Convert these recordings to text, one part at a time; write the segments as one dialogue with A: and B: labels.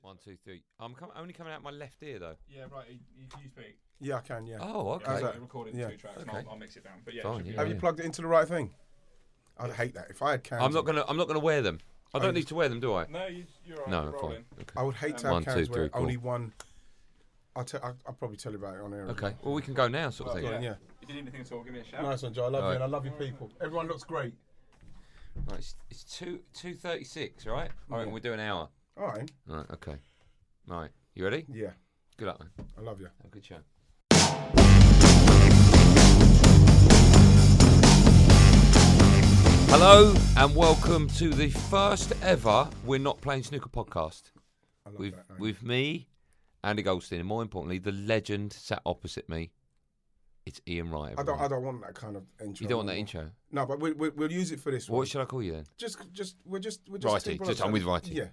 A: One, two, three. I'm com- only coming out my left ear though.
B: Yeah, right. You, you, you speak.
C: Yeah, I can. Yeah.
A: Oh,
B: Yeah,
A: okay.
C: How's
B: so
C: that?
B: you're recording
C: Yeah.
B: two tracks. And
A: Okay.
B: I'll, I'll mix it down. But yeah, it
A: Fine,
B: should be
A: yeah.
C: Have
B: alright.
C: you plugged it into the right thing? I'd hate that. If I had cans,
A: I'm not gonna. I'm not gonna wear them. I don't need to wear them, do I?
B: No, you, you're all right.
A: No,
B: you're
A: I'm fine.
B: rolling.
A: Okay.
C: I would hate to have
A: One, two,
C: cans where
A: three,
C: only one. I'll, te- I'll, I'll probably tell you about it on air. as
A: Okay. Well, we can go now, sort of
B: Well,
A: thing.
C: well. Yeah.
B: If you need anything at all, give me a shout.
C: Nice one, Joe. I love
A: Alright.
C: you, and I love your people. Everyone looks great.
A: Right, it's, it's two two thirty six, right? I reckon
C: Yeah.
A: we do an hour.
C: All right.
A: Right. Okay. Right. You ready?
C: Yeah,
A: Good luck, man.
C: I love you.
A: Have a good show. Hello and welcome to the first ever We're Not Playing Snooker podcast
C: I love
A: with
C: that. man.
A: with me, Andy Goldstein, and more importantly, the legend sat opposite me. It's Ian Wright.
C: I
A: everyone.
C: don't. I don't want that kind of intro.
A: you don't want that
C: anymore.
A: intro.
C: No, but we, we, we'll use it for this one.
A: What should I call you then?
C: Just, just, we're just, we're just.
A: Righty,
C: two
A: just-
C: blokes.
A: I'm with righty.
C: Yeah.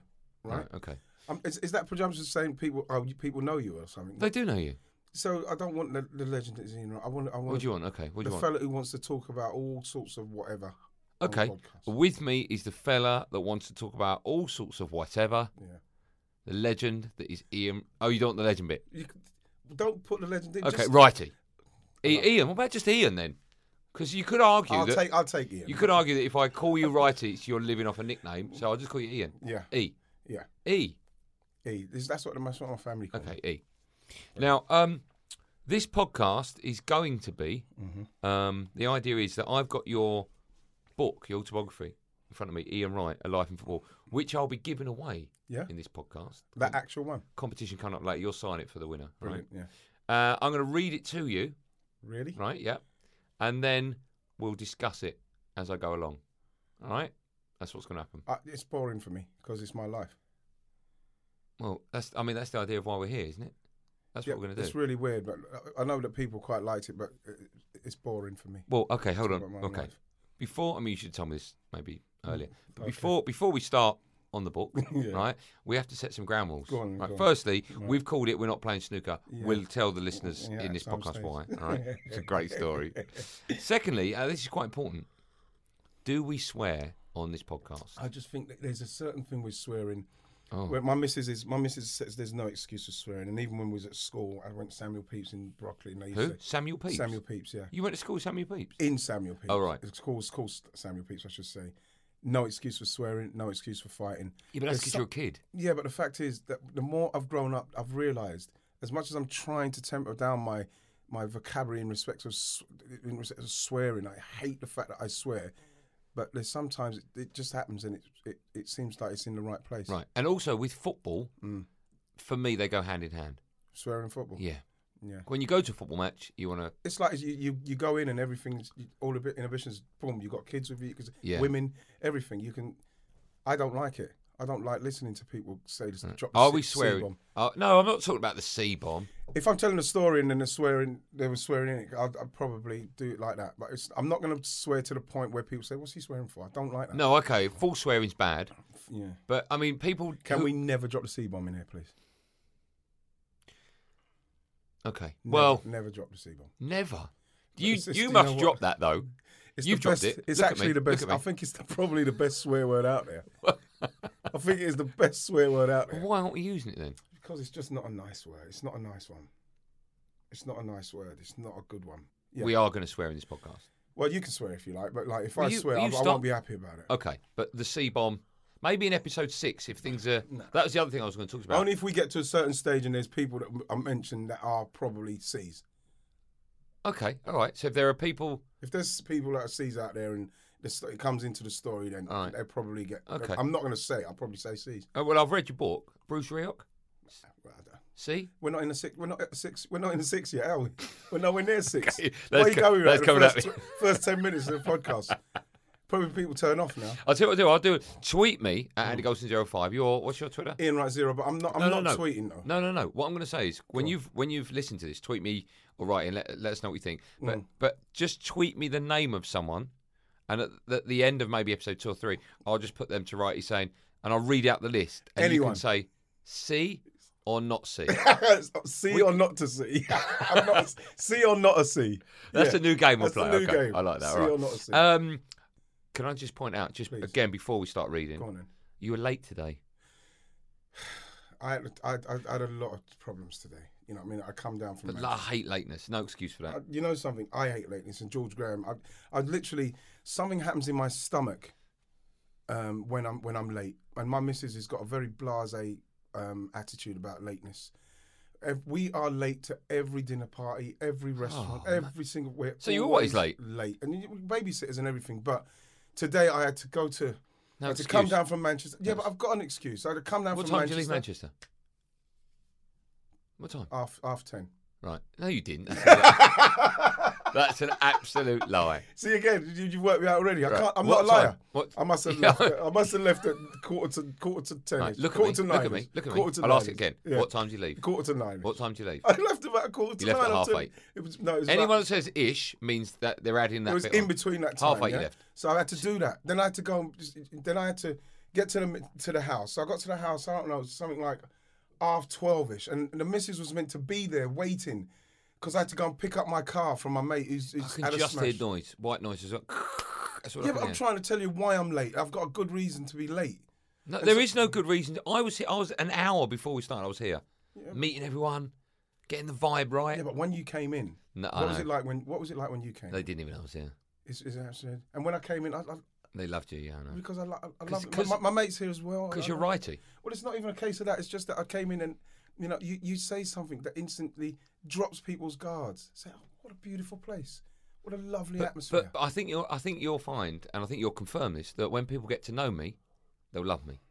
C: Right.
A: okay.
C: Um, is, is that presumption saying people? Oh, you, people know you or something?
A: They do know you.
C: so I don't want the, the legend that's in. I want. I want
A: What do you want? Okay. What do
C: the
A: you want?
C: fella who wants to talk about all sorts of whatever. on the
A: Okay.
C: podcast.
A: With me is the fella that wants to talk about all sorts of whatever.
C: Yeah.
A: The legend that is Ian. Oh, you don't want the legend bit.
C: You c- don't put the legend in.
A: Okay,
C: just-
A: righty. I- Ian, what about just Ian then? Because you could argue
C: I'll
A: that
C: take. I'll take Ian.
A: you could argue that if I call you righty, it's you're living off a nickname. So I'll just call you Ian.
C: Yeah.
A: E.
C: Yeah.
A: E.
C: He, this- that's what the that's what my family. Call
A: Okay, E. Now, um, this podcast is going to be.
C: Mm-hmm.
A: Um, the idea is that I've got your book, your autobiography, in front of me, Ian Wright, A Life in Football, which I'll be giving away
C: Yeah.
A: in this podcast.
C: That actual one.
A: Competition coming up later. You'll sign it for the winner, right?
C: Brilliant. Yeah.
A: Uh, I'm going to read it to you,
C: Really?
A: right? Yeah, and then we'll discuss it as I go along. All right, that's what's going to happen.
C: Uh, it's boring for me because it's my life.
A: Well, that's. I mean, that's the idea of why we're here, isn't it? That's
C: Yeah,
A: what we're going to do.
C: It's really weird, but uh, I I know that people quite liked it, but it- it's boring for me.
A: Well, okay, hold
C: Talk
A: on.
C: about my
A: Okay,
C: life.
A: before I mean, you should tell me this maybe earlier, but
C: Mm, okay.
A: before before we start on the book,
C: Yeah.
A: right? We have to set some ground rules.
C: Go on,
A: right,
C: go on.
A: firstly, we've called it. We're not playing snooker.
C: Yeah.
A: We'll tell the listeners
C: Yeah,
A: in this
C: at some
A: podcast
C: stage.
A: why. All right, it's a great story. Secondly, uh, this is quite important. Do we swear on this podcast?
C: I just think that there's a certain thing with swearing.
A: Oh.
C: Where my missus is, my missus says there's no excuse for swearing, and even when we was at school, I went to Samuel Pepys in Broccoli, and they used
A: Who?
C: to say,
A: Samuel Pepys.
C: Samuel Pepys, yeah,
A: You went to school, with Samuel Pepys.
C: in Samuel Pepys.
A: Oh, right.
C: it's called, it's called Samuel Pepys, I should say. No excuse for swearing, no excuse for fighting.
A: Yeah, but that's
C: There's
A: because
C: so-
A: you're a kid.
C: Yeah, but the fact is that the more I've grown up, I've realised as much as I'm trying to temper down my my vocabulary in respect of s- in respect of swearing, I hate the fact that I swear. But there's sometimes it, it just happens, and it, it it seems like it's in the right place.
A: Right, and also with football,
C: Mm.
A: for me they go hand in hand.
C: Swearing football.
A: Yeah.
C: Yeah.
A: When you go to a football match, you want to
C: It's like you, you, you go in and everything's you- all the bit inhibitions. Boom, you got kids with you, 'cause
A: Yeah.
C: women, everything. You can. I don't like it. I don't like listening to people say this. Drop the
A: Mm. Are
C: C-
A: we
C: C
A: swearing?
C: bomb.
A: Uh, no, I'm not talking about the C bomb.
C: if I'm telling a story and then they're swearing, they were swearing in it, I'd, I'd probably do it like that. But it's, I'm not going to swear to the point where people say, "What's he swearing for?" I don't like that.
A: No, okay, full swearing's bad.
C: Yeah.
A: But I mean, people
C: Can
A: who-
C: we never drop the C bomb in here, please?
A: Okay.
C: Never,
A: Well,
C: never drop the C bomb.
A: never. You
C: it's just-
A: you
C: you
A: must
C: know what?
A: drop that though.
C: It's
A: You've
C: the
A: dropped
C: best,
A: it.
C: It's
A: Look at
C: actually
A: me,
C: the
A: look
C: best.
A: at me.
C: I think it's the, probably the best swear word out there. I think it's the best swear word out there
A: Why aren't we using it then?
C: because it's just not a nice word. It's not a nice one. It's not a nice word. It's not a good one. Yeah.
A: We are going to swear in this podcast.
C: well, you can swear if you like, but like if
A: Will
C: I
A: you-
C: swear,
A: will
C: I,
A: you
C: I
A: stop? Oh,
C: won't be happy about it.
A: Okay, but the C bomb, maybe in episode six if things are. That was the other thing I was going to talk about.
C: Only if we get to a certain stage and there's people that I mentioned that are probably C's.
A: Okay, all right. So if there are people,
C: If there's people that are C's out there and this, it comes into the story, then
A: All right.
C: they probably get.
A: Okay.
C: I'm not going to say. it, I'll probably say C's.
A: oh, well, I've read your book, Bruce Rioch.
C: Well, I don't-
A: See,
C: We're not in the six. We're not at six. We're not in the six yet, are we? We're nowhere near six.
A: Okay, that's
C: Where are you
A: co-
C: going? with
A: that's
C: that? The
A: coming at
C: first,
A: me.
C: tw- first ten minutes of the podcast. Probably people turn off now.
A: I'll tell you what I'll do. I'll do. Tweet me
C: Mm.
A: at Andy Golson 05 Your what's your Twitter?
C: Ian Wright zero, but I'm not. I'm
A: no,
C: not
A: no.
C: tweeting though.
A: No, no, no. What I'm going to say is when you've when you've listened to this, tweet me or write and let, let us know what you think.
C: Mm.
A: But but just tweet me the name of someone, and at the, the end of maybe episode two or three, I'll just put them to right. You saying, and I'll read out the list, and you
C: Anyone.
A: can say see or not see.
C: C or not to C. I'm not, C or not a C.
A: That's
C: Yeah.
A: a new game we'll play.
C: That's a new
A: okay,
C: game.
A: I like that.
C: See
A: all right.
C: or not to see.
A: Um, can I just point out, just again before we start
C: Go
A: reading,
C: on then.
A: you were late today.
C: I, had- I, I, I had a lot of problems today. You know, what I mean, I come down from.
A: But
C: Manchester.
A: I hate lateness. No excuse for that.
C: I- you know something? I hate lateness. And George Graham, I, I literally something happens in my stomach um, when I'm when I'm late. And my missus has got a very blasé um, attitude about lateness. If we are late to every dinner party, every restaurant,
A: Oh, man.
C: every single way.
A: So you're always late?
C: Late, and you, babysitters and everything. But today I had to go to.
A: No
C: I had to
A: excuse.
C: come down from Manchester. Yeah, but
A: Yes.
C: I've got an excuse. I had to come down
A: what
C: from
A: time did you leave
C: Manchester.
A: Manchester? What time?
C: Half half ten.
A: Right. No, you didn't. That's an, that's an absolute lie.
C: See again, you, you worked me out already. I
A: Right.
C: can't. I'm
A: What
C: not a liar.
A: time? What-
C: I must have.
A: Yeah.
C: Left, I must have left at quarter to quarter to ten.
A: Right, look, at
C: quarter
A: me,
C: to nine.
A: look at me. Look at me.
C: Quarter to
A: I'll ask it
C: nine-ish.
A: again.
C: Yeah.
A: What time did you leave?
C: Quarter to nine.
A: What time did you leave?
C: I left about quarter to
A: You left
C: nine.
A: at
C: I
A: half
C: took-
A: eight.
C: It was no. It was,
A: Anyone
C: about,
A: that says ish means that they're adding that
C: it was
A: bit
C: in
A: on.
C: between that time.
A: Half eight you
C: yeah?
A: left.
C: So I had to do that. Then I had to go. and just- Then I had to get to the to the house. So I got to the house. I don't know something like half twelve ish, and the missus was meant to be there waiting. Because I had to go and pick up my car from my mate who's, who's
A: I
C: had
A: can
C: a
A: just
C: smash.
A: hear noise, white noise as well. That's what
C: Yeah,
A: I can
C: but I'm
A: hear.
C: trying to tell you why I'm late. I've got a good reason to be late.
A: No, there is no good reason. to- I was here, I was an hour before we started. I was here, meeting everyone, getting the vibe right.
C: Yeah, but when you came in,
A: No, I
C: what was
A: know.
C: it like when? What was it like when you came?
A: They didn't even know I was here.
C: Is is actually, and when I came in, I, I,
A: They loved you, yeah, I know.
C: because I, lo- I, I
A: 'Cause-
C: love it.
A: 'cause-
C: my, my mates here as well.
A: Because
C: I-
A: you're
C: I-
A: righty.
C: Well, it's not even a case of that. It's just that I came in and you know you, you say something that instantly drops people's guards. Say, oh, what a beautiful place. What a lovely atmosphere.
A: But, but I think you'll I think you'll find, and I think you'll confirm this, that when people get to know me, they'll love me,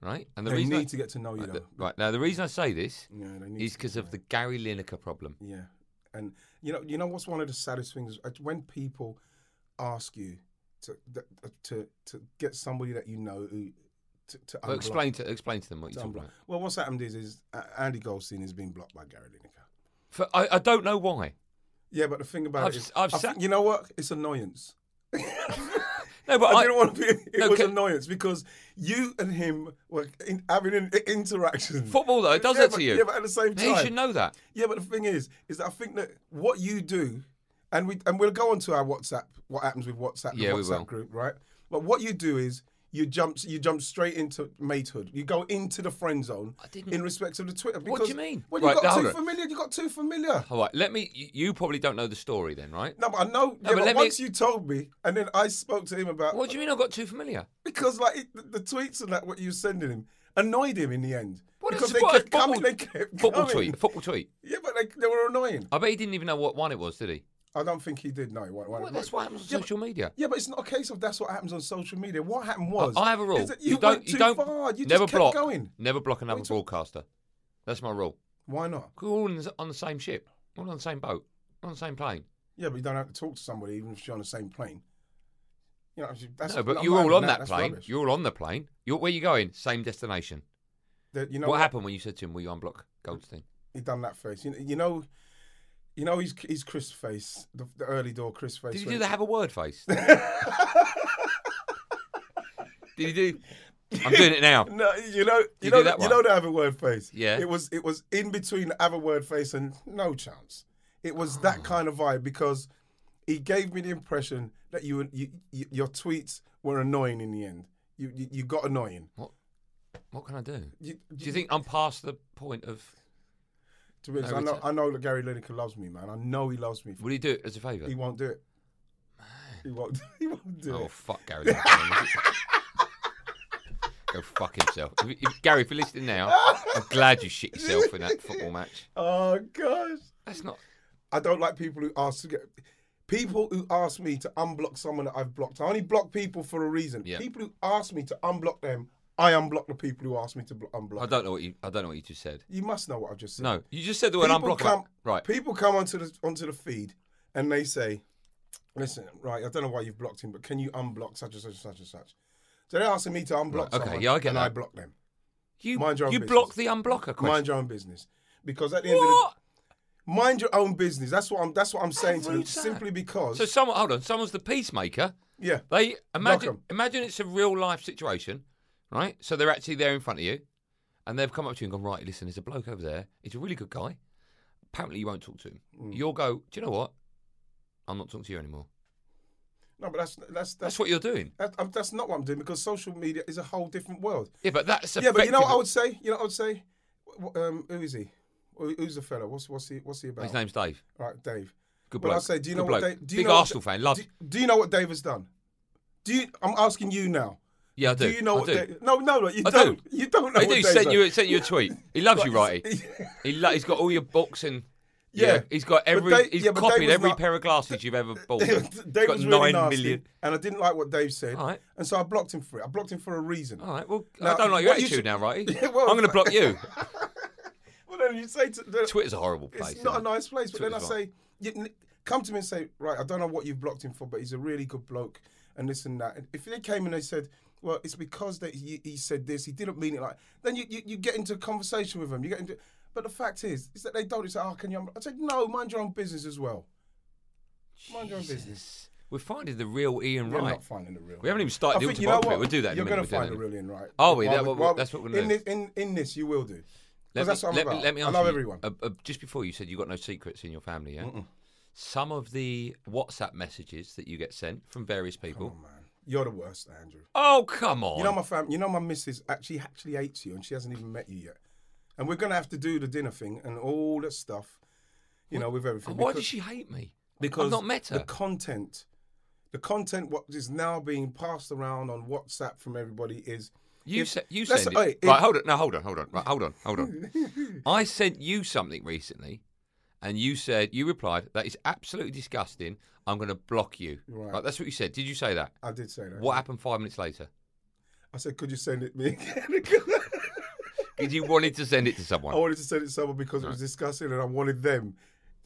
A: right? And the
C: they
A: reason I-
C: need to get to know you.
A: right,
C: Though.
A: right now, the reason I say this
C: Yeah, they need
A: is
C: to-
A: because of the Gary Lineker problem.
C: Yeah, and you know, you know what's one of the saddest things Uh, when people ask you to th- uh, to to get somebody that you know who to, to
A: But
C: unblock-
A: explain to explain to them what
C: to
A: you're talking
C: unblock.
A: about.
C: Well, what's happened is is uh, Andy Goldstein has been blocked by Gary Lineker.
A: For, I, I don't know why.
C: Yeah, but the thing about
A: I've
C: it
A: s-
C: is,
A: I've
C: I think-
A: sa-
C: you know what? It's annoyance.
A: No, but
C: I
A: I,
C: didn't want to be. It
A: No,
C: was
A: ca-
C: annoyance because you and him were in, having an i- interaction.
A: football though it does
C: yeah,
A: that
C: but,
A: to you.
C: Yeah, but at the same
A: He
C: time,
A: should know that.
C: Yeah, but the thing is, is that I think that what you do, and we and we'll go on to our WhatsApp. What happens with WhatsApp? The
A: Yeah, we
C: WhatsApp
A: will.
C: group, right? But what you do is you jump you jump straight into matehood. You go into the friend zone. I
A: didn't-
C: In respect of the Twitter.
A: What do
C: because
A: you mean?
C: When you
A: Right,
C: got
A: now,
C: too
A: hold on.
C: familiar, you got too familiar.
A: All right, let me. You you probably don't know the story then, right?
C: No, but I know. yeah,
A: but
C: but
A: let me-
C: once you told me, and then I spoke to him about
A: What do you mean I got too familiar?
C: because like it, the, the tweets and that what you were sending him annoyed him in the end.
A: What
C: because
A: is-
C: they
A: what is
C: kept coming,
A: football-
C: they kept
A: Football
C: coming.
A: tweet. Football tweet.
C: Yeah, but they, they were annoying.
A: I bet he didn't even know what one it was, did he?
C: I don't think he did know. What, what,
A: Well, that's what happens on social media.
C: Yeah, but it's not a case of that's what happens on social media. What happened was
A: I have a rule.
C: is that you, went too far. You
A: never
C: just kept
A: block.
C: going.
A: Never block another
C: you talk-
A: broadcaster. That's my rule.
C: Why not?
A: We're all on the, on the same ship. We're all on the same boat. We're on the same plane.
C: Yeah, but you don't have to talk to somebody even if you're on the same plane. You know, that's,
A: no, but
C: I'm
A: you're
C: not
A: all
C: having
A: on that
C: That's
A: plane.
C: rubbish.
A: You're all on the plane. You're, where you going? Same destination.
C: That- you know
A: what,
C: what?
A: happened when you said to him, "Will you unblock Goldstein?"
C: He done that face. You, you know, you know his his Chris face, the, the early door Chris face.
A: Did he
C: when-
A: do the have a word face? Did he do? I'm doing it now.
C: No, you know, you,
A: you
C: know
A: do
C: that
A: that one?
C: you know the other word face.
A: Yeah.
C: It was it was in between the other word face and no chance. It was
A: Oh.
C: that kind of vibe because he gave me the impression that you, were- you, you your tweets were annoying in the end. You you, you got annoying.
A: What can I do?
C: You,
A: Do you think I'm past the point of?
C: to be honest,
A: No,
C: I know
A: it's-
C: I know that Gary Lineker loves me, man. I know he loves me.
A: Will he do it as a favour?
C: He won't do it. He won't. He won't do
A: Oh
C: it.
A: fuck, Gary! Lineker. Go fuck himself. If, if, Gary, if you're listening now, I'm glad you shit yourself in that football match.
C: Oh gosh.
A: That's not.
C: I don't like people who ask to get people who ask me to unblock someone that I've blocked. I only block people for a reason.
A: Yeah.
C: People who ask me to unblock them, I unblock the people who ask me to blo- unblock.
A: I don't know what you. I don't know what you just said.
C: You must know what I've just said.
A: No, you just said the word
C: people
A: unblockable.
C: come
A: right.
C: People come onto the onto the feed and they say, "Listen, right? I don't know why you've blocked him, but can you unblock such and such and such and such?" So they're asking me to unblock
A: Right, okay,
C: someone,
A: yeah, I get
C: and I
A: that.
C: block them.
A: You
C: mind your own
A: you
C: business.
A: block the unblocker question.
C: Mind your own business, because at the end of
A: what?
C: the mind your own business. That's what I'm. That's what I'm saying to them.
A: rude's that?
C: Simply because,
A: So someone, hold on, someone's the peacemaker.
C: yeah,
A: They imagine
C: 'em.
A: imagine it's a real life situation, right? So they're actually there in front of you, and they've come up to you and gone, right, listen, there's a bloke over there. He's a really good guy. Apparently, you won't talk to him.
C: Mm.
A: You'll go, do you know what? I'm not talking to you anymore.
C: no, but that's that's that's
A: That's what you're doing.
C: That, um, that's not what I'm doing because social media is a whole different world.
A: Yeah, but that's
C: Yeah, but you know what
A: effective-
C: I would say? You know what I would say? wh- um, who is he? Who- Who's the fella? What's what's he? What's he about?
A: His name's Dave.
C: Right, Dave.
A: Good
C: But
A: bloke.
C: I say, do you
A: Good
C: know what?
A: bloke.
C: Dave, do you
A: Big
C: know what
A: Arsenal
C: Da-
A: fan. Love.
C: Do, do you know what Dave has done? Do you? I'm asking you now.
A: yeah, I do.
C: Do, you know
A: I
C: what?
A: do.
C: Dave, no, no, no, you
A: I do.
C: don't. You don't know.
A: I
C: what
A: do.
C: Dave's
A: Sent
C: done.
A: you, sent you a tweet. He loves you, righty.
C: Yeah.
A: He lo- he's got all your books and yeah.
C: Yeah.
A: he's got every.
C: Dave-
A: he's
C: yeah, but Dave
A: copied
C: was
A: every
C: not-
A: pair of glasses you've ever bought.
C: Dave
A: he's got
C: was really
A: nine
C: nasty,
A: million.
C: and I didn't like what Dave said,
A: All right.
C: and so I blocked him for it. I blocked him for a reason.
A: All right. Well, I
C: Now,
A: don't like your
C: what you
A: attitude
C: should-
A: now, righty.
C: Yeah, well,
A: I'm going to block you.
C: Well, then you say to the,
A: Twitter's a horrible place.
C: it's not a
A: isn't it?
C: nice place. But then I
A: Twitter's
C: say, you, n- come to me and say, right, I don't know what you've blocked him for, but he's a really good bloke and this and that. And if they came and they said, well, it's because that he, he said this, he didn't mean it like, then you, you, you get into a conversation with them. You get into, but the fact is, is that they don't. It's like, oh, can you? I said, no, mind your own business as well. Mind your own business.
A: Jesus. We're finding the real Ian
C: You're
A: Wright.
C: not finding the real.
A: We haven't even started the
C: think-
A: autobiography. We'll do that in a
C: You're
A: minute,
C: gonna
A: we'll do
C: find
A: that in
C: the
A: a
C: real Ian Wright.
A: Are we?
C: Why
A: That-
C: would-
A: well,
C: why-
A: that's what we're
C: in
A: gonna
C: this, in, in this, you will do.
A: Let
C: Because that's what I'm
A: let
C: about.
A: let me
C: I
A: ask
C: love
A: you,
C: everyone.
A: uh, uh, just before you said you got no secrets in your family, yeah. Some of the WhatsApp messages that you get sent from various people.
C: Oh man, you're the worst, Andrew.
A: Oh come on!
C: You know my fam. You know my missus actually actually hates you, and she hasn't even met you yet. And we're gonna have to do the dinner thing and all that stuff. You know, with everything.
A: Why does she hate me?
C: Because
A: I've not met her.
C: The content, the content, what is now being passed around on WhatsApp from everybody is
A: You
C: if-
A: se- you
C: let's-
A: send it.
C: hey, if-
A: right, hold on. No, hold on, hold on. Right, hold on, hold on. I sent you something recently, and you said you replied that is absolutely disgusting. I'm going to block you.
C: Right.
A: That's what you said. Did you say that?
C: I did say that.
A: What happened five minutes later?
C: I said, could you send it me again?
A: Because you wanted to send it to
C: I
A: someone.
C: wanted to send it to someone because it was disgusting, and I wanted them,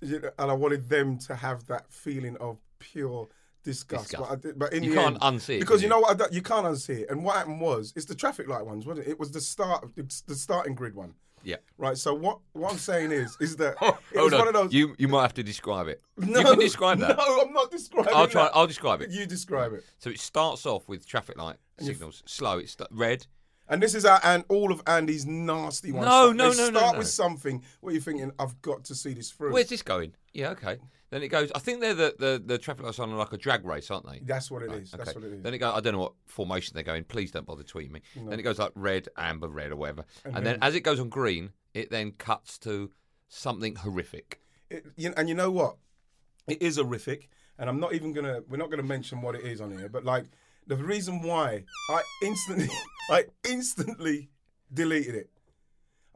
C: you know, and I wanted them to have that feeling of pure disgust.
A: Disgust.
C: But, I did, but in
A: You
C: the
A: can't
C: end,
A: unsee it, can
C: because you
A: you?
C: know what? I don't- you can't unsee it. And what happened was, it's the traffic light ones, wasn't it? It was the start, it's the starting grid one,
A: Yeah.
C: right? So what? What I'm saying is, is that
A: Oh, Hold
C: oh, it was
A: on.
C: one of those.
A: You you might have to describe it.
C: no,
A: you can describe that.
C: No, I'm not describing.
A: I'll try.
C: that.
A: I'll describe it.
C: You describe it.
A: So it starts off with traffic light signals. Slow. It's st- red.
C: And this is our, and all of Andy's nasty ones.
A: No,
C: They
A: no, no,
C: Start
A: no, no.
C: with something where you're thinking, I've got to see this through.
A: Where's this going? Yeah. Okay. Then it goes. I think they're the the, the traffic lights on like a drag race, aren't they?
C: That's what it is. That's
A: Okay.
C: what it is.
A: Then it goes. I don't know what formation they're going. Please don't bother tweeting me. Then it goes like red, amber, red, or whatever. And, then, as it goes on green, it then cuts to something horrific.
C: it, you, and you know what? It is horrific, and I'm not even gonna. We're not gonna mention what it is on here, but like the reason why I instantly, I instantly deleted it.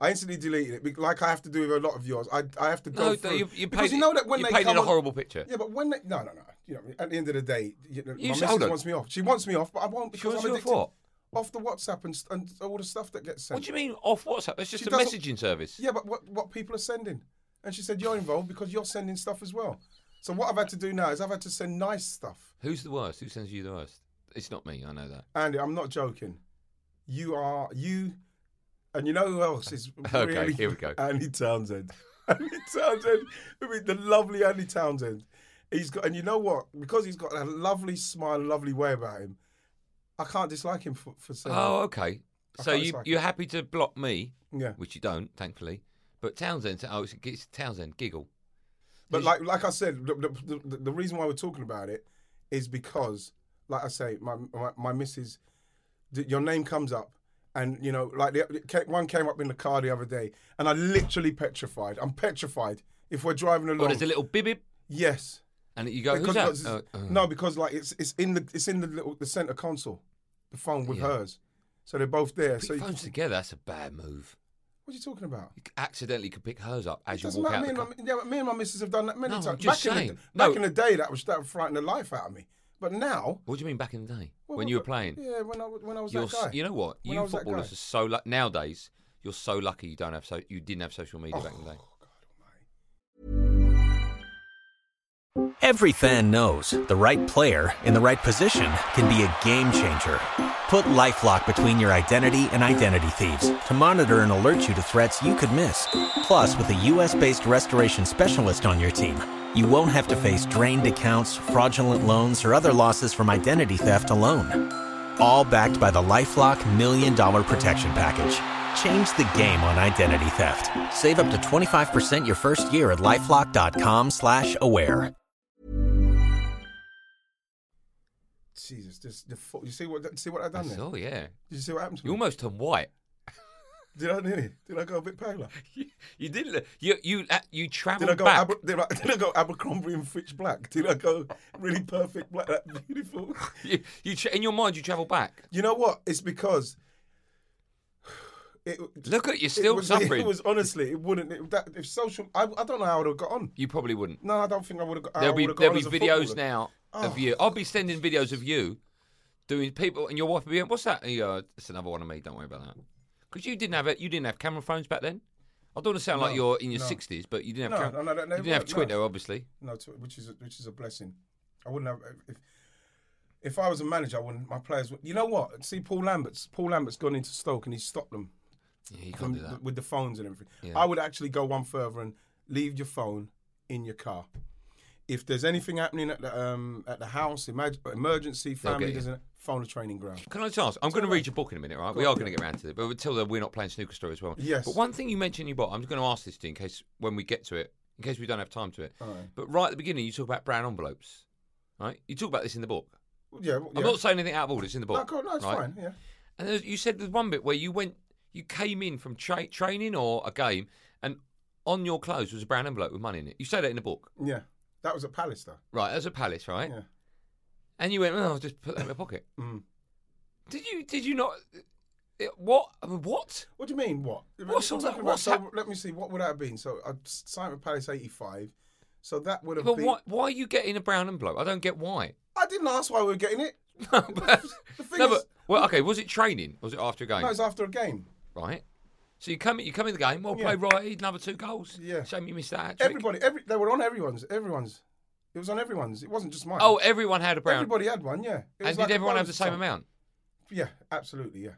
C: I instantly deleted it, be- like I have to do with a lot of yours. I, I have to go
A: no,
C: through
A: no, you, you
C: because
A: painted,
C: you know that when
A: you
C: they
A: painted
C: come
A: a
C: on-
A: horrible picture.
C: Yeah, but when they no no no, you know at the end of the day, you know,
A: You
C: my
A: s-
C: missus
A: hold on.
C: wants me off. She wants me off, but I won't because
A: wants
C: I'm
A: you off
C: addicted.
A: what?
C: Off the WhatsApp and, st- and all the stuff that gets sent.
A: What do you mean off WhatsApp? That's just
C: She
A: a
C: doesn't-
A: messaging service.
C: Yeah, but what, what people are sending. And she said, You're involved because you're sending stuff as well. So what I've had to do now is I've had to send nice stuff.
A: Who's the worst? Who sends you the worst? It's not me. I know that.
C: Andy, I'm not joking. You are, you, and you know who else is
A: Okay,
C: really-
A: here we go.
C: Andy Townsend. Andy Townsend, I mean, the lovely Andy Townsend. He's got, and you know what? Because he's got a lovely smile, lovely way about him, I can't dislike him for, for saying
A: Oh, okay.
C: I
A: So
C: can't
A: you
C: dislike
A: you're happy to block me,
C: Yeah.
A: which you don't, thankfully. But Townsend, oh, it's, it's Townsend. Giggle.
C: But like like I said, the, the, the, the reason why we're talking about it is because, like I say, my my, my missus, th- your name comes up, and you know, like the, it ca- one came up in the car the other day, and I literally petrified. I'm petrified. If we're driving
A: Or
C: along,
A: Oh, there's a little bibib,
C: yes,
A: and you go, who's
C: because
A: that?
C: it's-
A: Uh, uh.
C: no, because like it's it's in the it's in the little the center console, the phone with hers, so they're both there. So
A: Put
C: you,
A: your phones together. That's a bad move.
C: what are you talking about?
A: You accidentally could pick hers up as you
C: Doesn't
A: walk
C: matter.
A: out.
C: Me
A: The car.
C: and, my, yeah, but me and my missus have done that many
A: No, I'm
C: times.
A: just
C: back in
A: saying.
C: the,
A: No.
C: back in the day, that was that frightened the life out of me. But now,
A: What do you mean back in the day
C: Well,
A: when
C: well,
A: you were
C: but-
A: playing?
C: Yeah, when I, when I was
A: you're,
C: that guy.
A: s- you know what?
C: When I
A: you
C: was that
A: footballers
C: guy.
A: are so lu- nowadays. You're so lucky you don't have so you didn't have social media back in
C: Oh,
A: the day.
D: Every fan knows the right player in the right position can be a game changer. Put LifeLock between your identity and identity thieves to monitor and alert you to threats you could miss. Plus, with a U.S.-based restoration specialist on your team, you won't have to face drained accounts, fraudulent loans, or other losses from identity theft alone. All backed by the LifeLock Million Dollar Protection Package. Change the game on identity theft. Save up to 25% your first year at LifeLock.com slash aware.
C: Jesus, just the fo- you see what see what I done
A: I
C: there?
A: saw, yeah.
C: Did you see what happened to
A: You
C: me?
A: almost turned white.
C: Did I nearly? Did I go a bit paler?
A: You did. look- You you uh, you
C: Did I
A: travelled
C: go?
A: back.
C: Aber, did, I, did I go Abercrombie and Fitch black? Did I go really perfect black? That beautiful.
A: you, you tra- in your mind you travel back.
C: You know what? It's because it,
A: Look at you
C: it
A: still
C: was,
A: suffering.
C: It was honestly, it wouldn't. It, that, if social, I, I don't know how I would have got on.
A: you probably wouldn't.
C: No, I don't think I would have.
A: There'll
C: I
A: be
C: would've got
A: there'll
C: on
A: be
C: as a
A: videos
C: footballer.
A: now
C: Oh.
A: of you. I'll be sending videos of you doing people and your wife will be. What's that? And you go, it's another one of me. Don't worry about that. Because you didn't have it. You didn't have camera phones back then. I don't want to sound like you're in your sixties, but you didn't have
C: No,
A: cam-
C: no, no, no,
A: you didn't have
C: no.
A: Twitter, obviously.
C: No, to, which is a, which is a blessing. I wouldn't have if if I was a manager. I wouldn't. My players. would- You know what? See, Paul Lambert's Paul Lambert's gone into Stoke and he stopped them
A: Yeah, you can't
C: from-
A: do that.
C: with the phones and everything.
A: Yeah.
C: I would actually go one further and leave your phone in your car. If there's anything happening at the um, at the house, imag- emergency, family,
A: get you.
C: there's a phone a training ground.
A: Can I just ask? I'm going to read your book in a minute, right? we are going to get round to it, but until then, we're not playing snooker story as well.
C: Yes.
A: But one thing you mentioned in your book, I'm going to ask this to you in case when we get to it, in case we don't have time to it.
C: Oh.
A: But right at the beginning, you talk about brown envelopes, right? You talk about this in the book.
C: Yeah, well, yeah.
A: I'm not saying anything out of order. It's in the book.
C: No, cool, no, it's
A: right?
C: fine. Yeah.
A: And there's- you said there's one bit where you went, you came in from tra- training or a game, and on your clothes was a brown envelope with money in it. You say that in the book,
C: Yeah, that was at Palace though.
A: right? As a palace, right?
C: Yeah.
A: And you went, oh, I'll just put that in my pocket.
C: Mm.
A: Did you? Did you not? it- What? I mean, what?
C: What do you mean? What?
A: What's all
C: I'm
A: that-
C: talking
A: what's
C: so,
A: hap-
C: Let me see. What would that have been? So I signed with Palace '85. So that would have
A: But
C: been.
A: why, why are you getting a brown envelope? I don't get why.
C: I didn't ask why we were getting it.
A: No, but,
C: The thing
A: no,
C: is-
A: but well, okay. Was it training? Or was it after a game?
C: No, it's after a game.
A: right. So you come, you come in the game. Well
C: Yeah.
A: played, Roy. Another two goals.
C: Yeah.
A: Shame you missed that. hat-trick.
C: Everybody, every they were on everyone's. Everyone's. It was on everyone's. It wasn't just mine.
A: Oh, everyone had a brown.
C: everybody had one. Yeah. It was
A: and
C: like
A: did
C: a
A: everyone have the
C: bonus
A: same
C: song.
A: amount?
C: Yeah, absolutely. Yeah.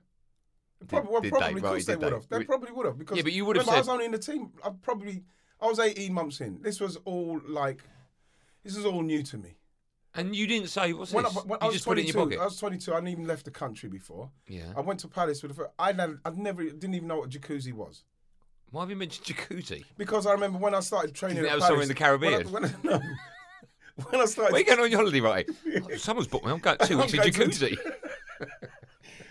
C: Probably, well,
A: did they?
C: probably, of
A: Right,
C: course
A: did
C: they, would
A: they?
C: have. They
A: We-
C: probably would have because
A: Yeah, but you would have
C: remember, I was
A: said-
C: only in the team. I probably I was 18 months in. This was all like, this is all new to me.
A: And you didn't say what's
C: When I,
A: this?
C: when
A: you
C: I was
A: just
C: 22,
A: put it in your
C: I
A: pocket.
C: was 22. I hadn't even left the country before.
A: Yeah.
C: I went to Palace for the first. I never, I never, didn't even know what a jacuzzi was.
A: Why have you mentioned jacuzzi?
C: Because I remember when I started training.
A: Isn't
C: at
A: that was somewhere
C: Palace-
A: in the Caribbean?
C: When I, when I, no. When I started,
A: Where are you going on your holiday, right? Oh, someone's booked me. I'm going two weeks in
C: going to-
A: jacuzzi.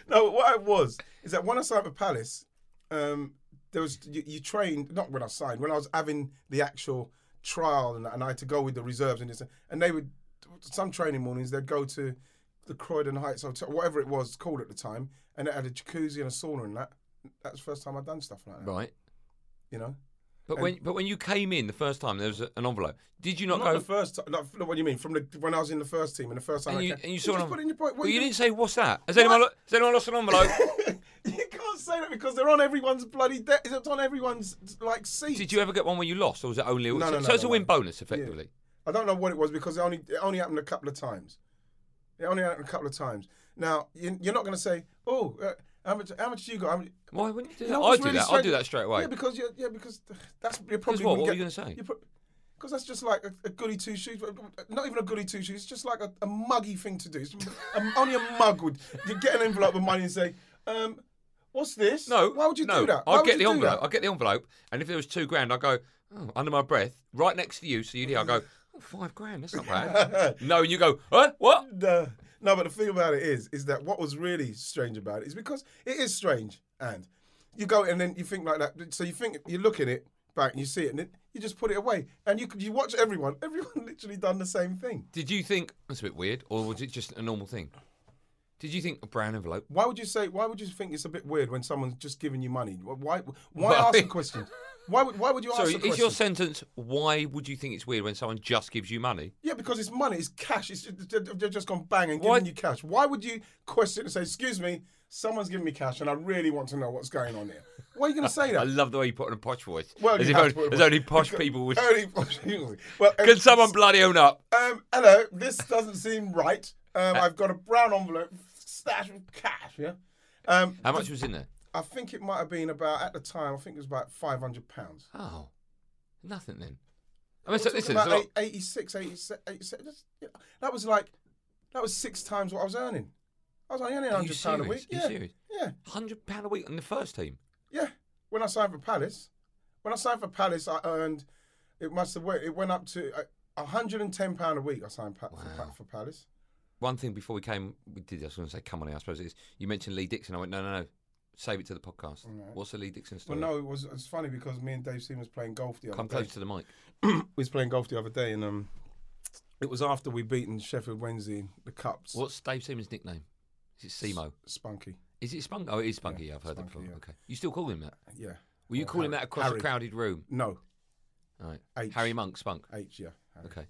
C: no, what it was is that when I signed for Palace, um, there was you, you trained not when I signed when I was having the actual trial and, and I had to go with the reserves and this and they would some training mornings they'd go to the Croydon Heights Hotel whatever it was called at the time and it had a jacuzzi and a sauna and that that's the first time I'd done stuff like that
A: right.
C: you know
A: But when but when you came in the first time, there was a- an envelope. Did you not,
C: not
A: go?
C: the first time not, what do you mean from the when I was in the first team and the first time
A: and
C: I
A: you,
C: came-
A: and you saw an
C: just put in your point
A: Well, you didn't say what's that? Has anyone, lo- has anyone lost an envelope?
C: you can't say that because they're on everyone's bloody de- it's on everyone's like seat
A: Did you ever get one when you lost, or was it only?
C: No,
A: so,
C: no, no,
A: so it's
C: no,
A: a win
C: no.
A: bonus, effectively.
C: I don't know what it was because it only it only happened a couple of times. It only happened a couple of times. Now you, you're not going to say, "Oh, uh, how much? How much do you got?" How much-
A: Why wouldn't you do
C: You know
A: that? I
C: what's
A: do
C: really
A: that. I
C: strange-
A: do that straight away.
C: Yeah, because you're, yeah, because that's you're probably
A: what?
C: wouldn't
A: What were
C: get-
A: you gonna say?
C: Because that's just like a, a goody two shoes. Not even a goody two shoes. It's just like a, a muggy thing to do. It's, um, only a mug would you get an envelope of money and say, um, "What's this?"
A: No.
C: Why would you
A: no,
C: do that? Why
A: I'll
C: would
A: get the
C: you do that?
A: envelope. I'll get the envelope. And if there was two grand, I'll go, oh, under my breath, right next to you. So you would hear, I'll go, oh, five grand. That's not bad. no, and you go, huh? What?
C: No, no, but the thing about it is, is that what was really strange about it is because it is strange, and you go and then you think like that. So you think you look at it back, you see it, and it, you just put it away, and you could- you watch everyone. Everyone literally done the same thing.
A: Did you think that's a bit weird, or was it just a normal thing? Did you think a brown envelope?
C: Why would you say? Why would you think it's a bit weird when someone's just giving you money? Why? Why
A: Why?
C: ask a question? Why would? Why would you ask
A: Sorry,
C: a
A: is
C: question?
A: your sentence, why would you think it's weird when someone just gives you money?
C: Yeah, because it's money, it's cash. It's they've just gone bang and
A: Why-
C: giving you cash. Why would you question and say, "Excuse me, someone's giving me cash, and I really want to know what's going on here"? Why are you going to say
A: I
C: that?
A: love the way you put on a posh voice.
C: Well,
A: as
C: you
A: if
C: have
A: only,
C: to put it
A: as
C: right.
A: only posh
C: Because-
A: people would.
C: Only posh people. Well, um,
A: Can someone bloody own up?
C: Um, hello, this doesn't seem right. Um,
A: Uh,
C: I've got a brown envelope stash of cash. Yeah. Um,
A: How much was in there?
C: I think it might have been about at the time. I think it was about five hundred pounds.
A: Oh, nothing then. I mean, so, listen,
C: about
A: there's a lot-
C: eight- 86, 87, 87 just, yeah, That was like, that was six times what I was earning. I was only earning
A: Are you
C: hundred pound a
A: serious?
C: week.
A: Are you
C: Yeah,
A: serious?
C: yeah,
A: hundred pound a week on the first team.
C: yeah. When I signed for Palace, when I signed for Palace, I earned. It must have went. It went up to uh, hundred and ten pound a week. I signed pa- for, Pa- for Palace.
A: One thing before we came, we did. I was going to say, come on, in, I suppose it is. You mentioned Lee Dixon. I went, no, no, no. save it to the podcast. What's the Lee Dixon
C: Well,
A: story?
C: no, it was it's funny because me and Dave Seaman was playing golf the other
A: Come
C: day.
A: close to the mic.
C: We was playing golf the other day, and um, it was after we beaten Sheffield Wednesday in the cups.
A: What's Dave Seaman's nickname? Is it Simo?
C: Spunky?
A: Is it Spunky? Oh, it is Spunky. Yeah, I've heard that
C: Spunky,
A: before.
C: yeah.
A: Okay. You still call him that?
C: Yeah.
A: Were you
C: Or
A: calling
C: Harry-
A: that across
C: Harry.
A: a crowded room?
C: No,
A: All right.
C: H.
A: Harry Monk, Spunk.
C: H. Yeah. Harry.
A: Okay.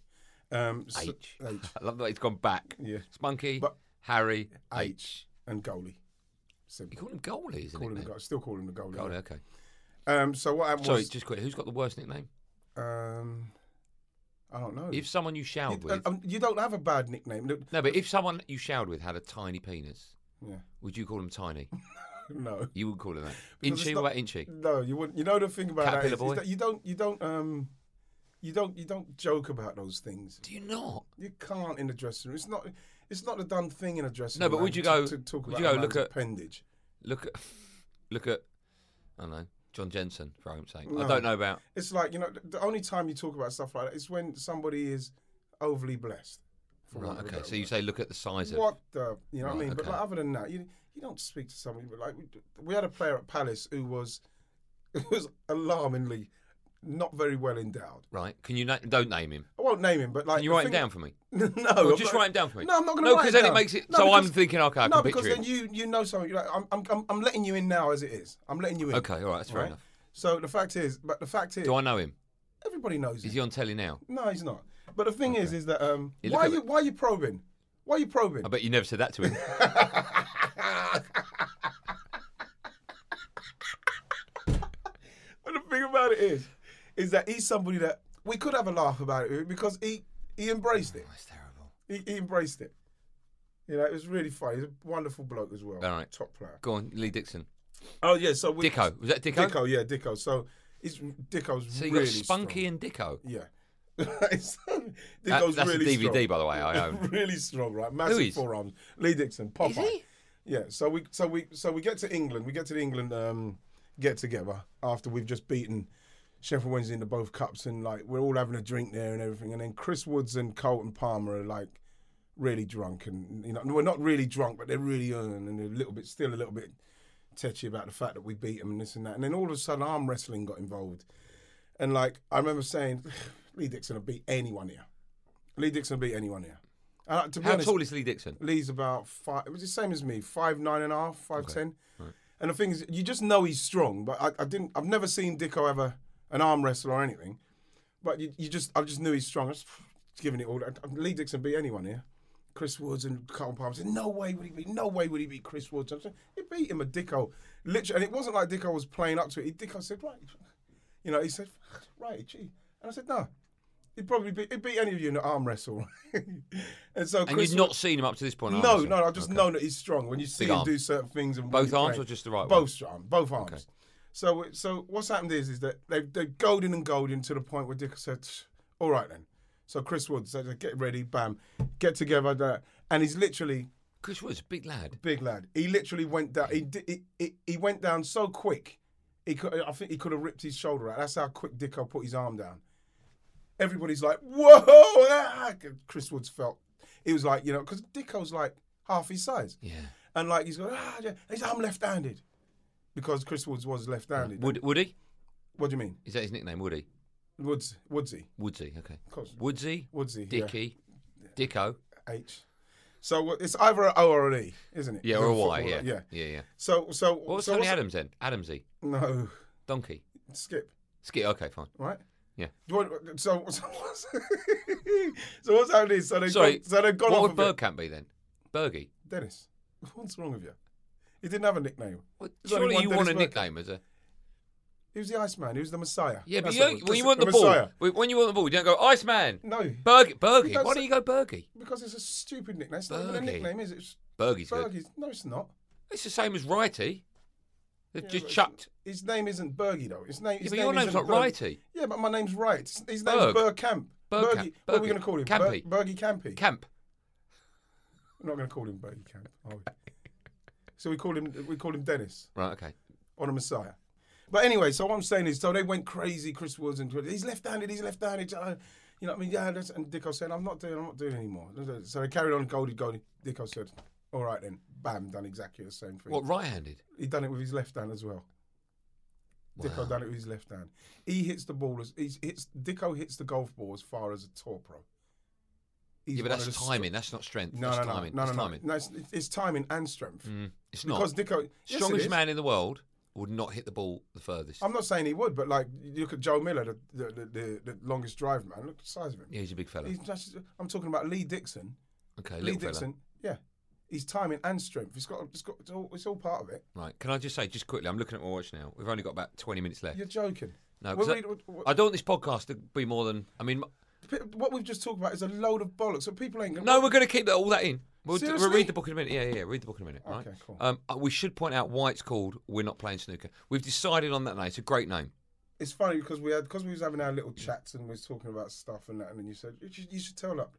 C: Um, so-
A: H.
C: H.
A: I love that he's gone back.
C: Yeah.
A: Spunky,
C: But-
A: Harry,
C: H.
A: H.
C: And goalie.
A: You
C: Simple.
A: call him goalie, isn't
C: Call him
A: it?
C: the goalie. Still call him the goalie.
A: Goalie, okay.
C: Um, so what happened
A: Sorry,
C: was,
A: just quick. Who's got the worst nickname?
C: um, I don't know.
A: If someone you showered
C: you,
A: with.
C: um, you don't have a bad nickname. No,
A: No, but if someone you showered with had a tiny penis,
C: yeah,
A: would you call him tiny?
C: no,
A: You would call him that.
C: Because
A: Inchy,
C: it's not- Mm.
A: what about inchy?
C: no. You wouldn't. You know the thing about that,
A: Caterpillar
C: is, is
A: boy.
C: that you don't, you don't, um, you don't, you don't joke about those things.
A: Do you not?
C: You can't in the dressing room. It's not. It's not a done thing in a dressing
A: No,
C: room.
A: but would
C: like,
A: you
C: to-
A: go-
C: To, talk
A: would
C: about
A: you
C: a
A: go
C: man's
A: look at-
C: appendage.
A: Look at, look at, I don't know, John Jensen, for argument's sake.
C: No.
A: I don't know about.
C: It's like you know the- the only time you talk about stuff like that is when somebody is overly blessed. for
A: Right,
C: want of a
A: okay.
C: better
A: So you
C: word.
A: say look at the size of.
C: What the? You know what I
A: Right,
C: mean? But
A: okay.
C: like, other than that, you you don't speak to somebody. But like we, we had a player at Palace who was who was alarmingly not very well endowed.
A: Right? Can you na- don't name him?
C: I won't name him, but like
A: Can you
C: the
A: write him
C: thing-
A: down for me?
C: no,
A: Or
C: I'm
A: just
C: not-
A: write him down for me.
C: No, I'm not going to.
A: No, because then it makes it. so I'm thinking, okay, I
C: no,
A: can
C: because
A: picture him.
C: then you you know something. You're like, I'm, I'm I'm I'm letting you in now as it is. I'm letting you in.
A: Okay, all right, that's fair
C: right?
A: enough.
C: So the fact is, but the fact is,
A: Do I know him?
C: everybody knows
A: Is
C: him.
A: he on telly now?
C: No, he's not. But the thing is, is that um,
A: You look
C: why are
A: at
C: you
A: it-
C: why are you probing? Why are you probing?
A: I bet you never said that to him.
C: But the thing about it is, is that he's somebody that we could have a laugh about it because he he embraced it.
A: that's terrible.
C: He, he embraced it. You know, it was really funny. He's a wonderful bloke as well.
A: All right.
C: Top player.
A: Go on, Lee Dixon.
C: Oh yeah, so we,
A: Dicko. Was that Dicko?
C: Dicko, yeah, Dicko. So he's Dicko's
A: So you
C: really
A: got Spunky
C: strong.
A: and Dicko.
C: Yeah. It's-
A: That-
C: Dicko's
A: that's
C: really
A: a DVD,
C: strong.
A: by the way, I own.
C: really strong, right? Massive
A: is?
C: forearms. Lee Dixon, Popeye.
A: Is he?
C: Yeah. So we so we so we get to England. We get to the England um, get together after we've just beaten Sheffield Wednesday in the both cups, and like we're all having a drink there and everything. And then Chris Woods and Colton Palmer are like really drunk, and you know we're not really drunk, but they're really uh, and they're a little bit still a little bit tetchy about the fact that we beat them and this and that. And then all of a sudden, arm wrestling got involved, and like I remember saying, Lee Dixon will beat anyone here. Lee Dixon will beat anyone here. And, uh, to be
A: How
C: honest,
A: tall is Lee Dixon?
C: Lee's about five. It was the same as me, five nine and a half, five ten. And the thing is, you just know he's strong. But I, I didn't. I've never seen Dicko ever an arm wrestler or anything. But you, you just, I just knew he's strong. I was giving it all. Lee Dixon beat anyone here. Chris Woods and Carl Palmer said, "No way would he beat. No way would he beat Chris Woods." I said, he beat him a Dicko, literally. And it wasn't like Dicko was playing up to it. He, Dicko said, "Right, you know," he said, "Right, gee," and I said, "No." He'd probably beat, he'd beat any of you in an arm wrestle. and so
A: And
C: Chris
A: you've not seen him up to this point,
C: no,
A: obviously.
C: no, I've just known that he's strong. When you see
A: Big
C: him
A: arm.
C: do certain things, and
A: Both
C: when you
A: arms
C: play-
A: or just the right one?
C: both arms, both arms. So, it- so what's happened is, is that they they're golden and golden to the point where Dick said, "Tch, "All right then." So Chris Woods said, "Get ready, bam, get together," that, and he's literally
A: Chris Woods, big lad.
C: big lad. He literally went down. He di- he, he, he went down so quick. He could, I think he could have ripped his shoulder out. That's how quick Dicko put his arm down. Everybody's like, "Whoa!" ah!" Chris Woods felt he was like, you know, because Dicko's like half his size,
A: Yeah.
C: and like he's going, "Ah, yeah." he's I'm left-handed," because Chris Woods was left-handed.
A: Wood, Woody?
C: What do you mean,
A: Is that his nickname, Woody?
C: Woods? Woodsy,
A: Woodsy, okay.
C: of course,
A: Woodsy,
C: Woodsy, yeah.
A: Dicky, Dicko.
C: H. So it's either an O or an E, isn't it?
A: Yeah, or a Y,
C: Footballer,
A: yeah.
C: yeah.
A: Yeah, yeah.
C: So, so
A: What was
C: so
A: Tony
C: what's-
A: Adams then? Adamsy.
C: No,
A: Donkey.
C: skip.
A: Skit, okay, fine.
C: right?
A: Yeah.
C: Do you want, so, so, what's, so what's happening? So they've
A: Sorry,
C: gone, so they've gone
A: what
C: off
A: would
C: of it.
A: Bergkamp be then? Bergie.
C: Dennis, what's wrong with you? He didn't have a nickname.
A: Well,
C: There's
A: surely
C: only one
A: you want a
C: Dennis Bergkamp.
A: nickname as a.
C: He was the Iceman. He was the Messiah.
A: Yeah, but
C: That's
A: you
C: what it
A: don't,
C: was.
A: when you want the,
C: Messiah.
A: ball, when when you want the ball, you don't go Iceman.
C: No,
A: Bergie.
C: You
A: Bergie.
C: don't
A: Why
C: say-
A: don't you go Bergie?
C: because it's a stupid nickname. It's not even a
A: Bergie.
C: nickname, is it? It's
A: Bergie's good.
C: Bergie's. No, it's not.
A: It's the same as Righty. They've
C: Yeah,
A: just
C: but
A: chucked.
C: His name isn't Bergie, though. His name,
A: Yeah,
C: his
A: but
C: name
A: your name's
C: isn't
A: not
C: Berg-
A: Righty.
C: Yeah, but my name's right. His- His name's
A: Berg.
C: Bergkamp.
A: Bergkamp.
C: Bergie. What are we
A: Bergie.
C: going to call him?
A: Campy.
C: Ber- Bergie Campy.
A: Camp.
C: We're not going to call him Bergie Camp, are we? so we call him we call him Dennis.
A: Right, okay.
C: on a Messiah. But anyway, so what I'm saying is, so they went crazy. Chris Woods and he's left-handed. He's left-handed. uh, You know what I mean? Yeah. That's, and Dicko said, "I'm not doing. I'm not doing anymore." So they carried on. Goldie, Goldie. Dicko said, All right then, bam, done exactly the same thing.
A: What right-handed?
C: He done it with his left hand as well. Dicko done it with his left hand. He hits the ball as he hits. Dicko hits the golf ball as far as a tour pro. He's
A: yeah, but
C: one
A: that's
C: of the str-
A: timing. That's not strength.
C: No,
A: that's
C: no, no,
A: timing.
C: no, no,
A: that's
C: no,
A: timing.
C: no. It's, it's timing and strength.
A: It's not.
C: Because Dicko, yes, it
A: Strongest
C: is.
A: man in the world would not hit the ball the furthest.
C: I'm not saying he would, but like you look at Joe Miller, the the, the, the, the longest drive man. Look at the size of him.
A: yeah, he's a big fella.
C: He's just, I'm talking about Lee Dixon.
A: Okay,
C: Lee
A: little fella.
C: Dixon, yeah. He's timing and strength. It's got, it's got, it's all, it's all part of it.
A: Right. Can I just say, just quickly, I'm looking at my watch now. We've only got about 20 minutes left.
C: You're joking.
A: No,
C: Well,
A: 'cause
C: we-
A: I,
C: we- we-
A: I don't want this podcast to be more than. I mean, m-
C: P- What we've just talked about is a load of bollocks. So people ain't gonna.
A: no, we're going to keep that, all that in. We'll, d- we'll
C: Seriously?
A: read the book in a minute. Yeah, yeah, yeah, read the book in a minute.
C: Okay,
A: right?
C: cool.
A: Um, uh, we should point out why it's called "We're Not Playing Snooker." We've decided on that name. It's a great name.
C: It's funny because we had because we was having our little chats and we was talking about stuff and that, and then you said you should, you should tell that,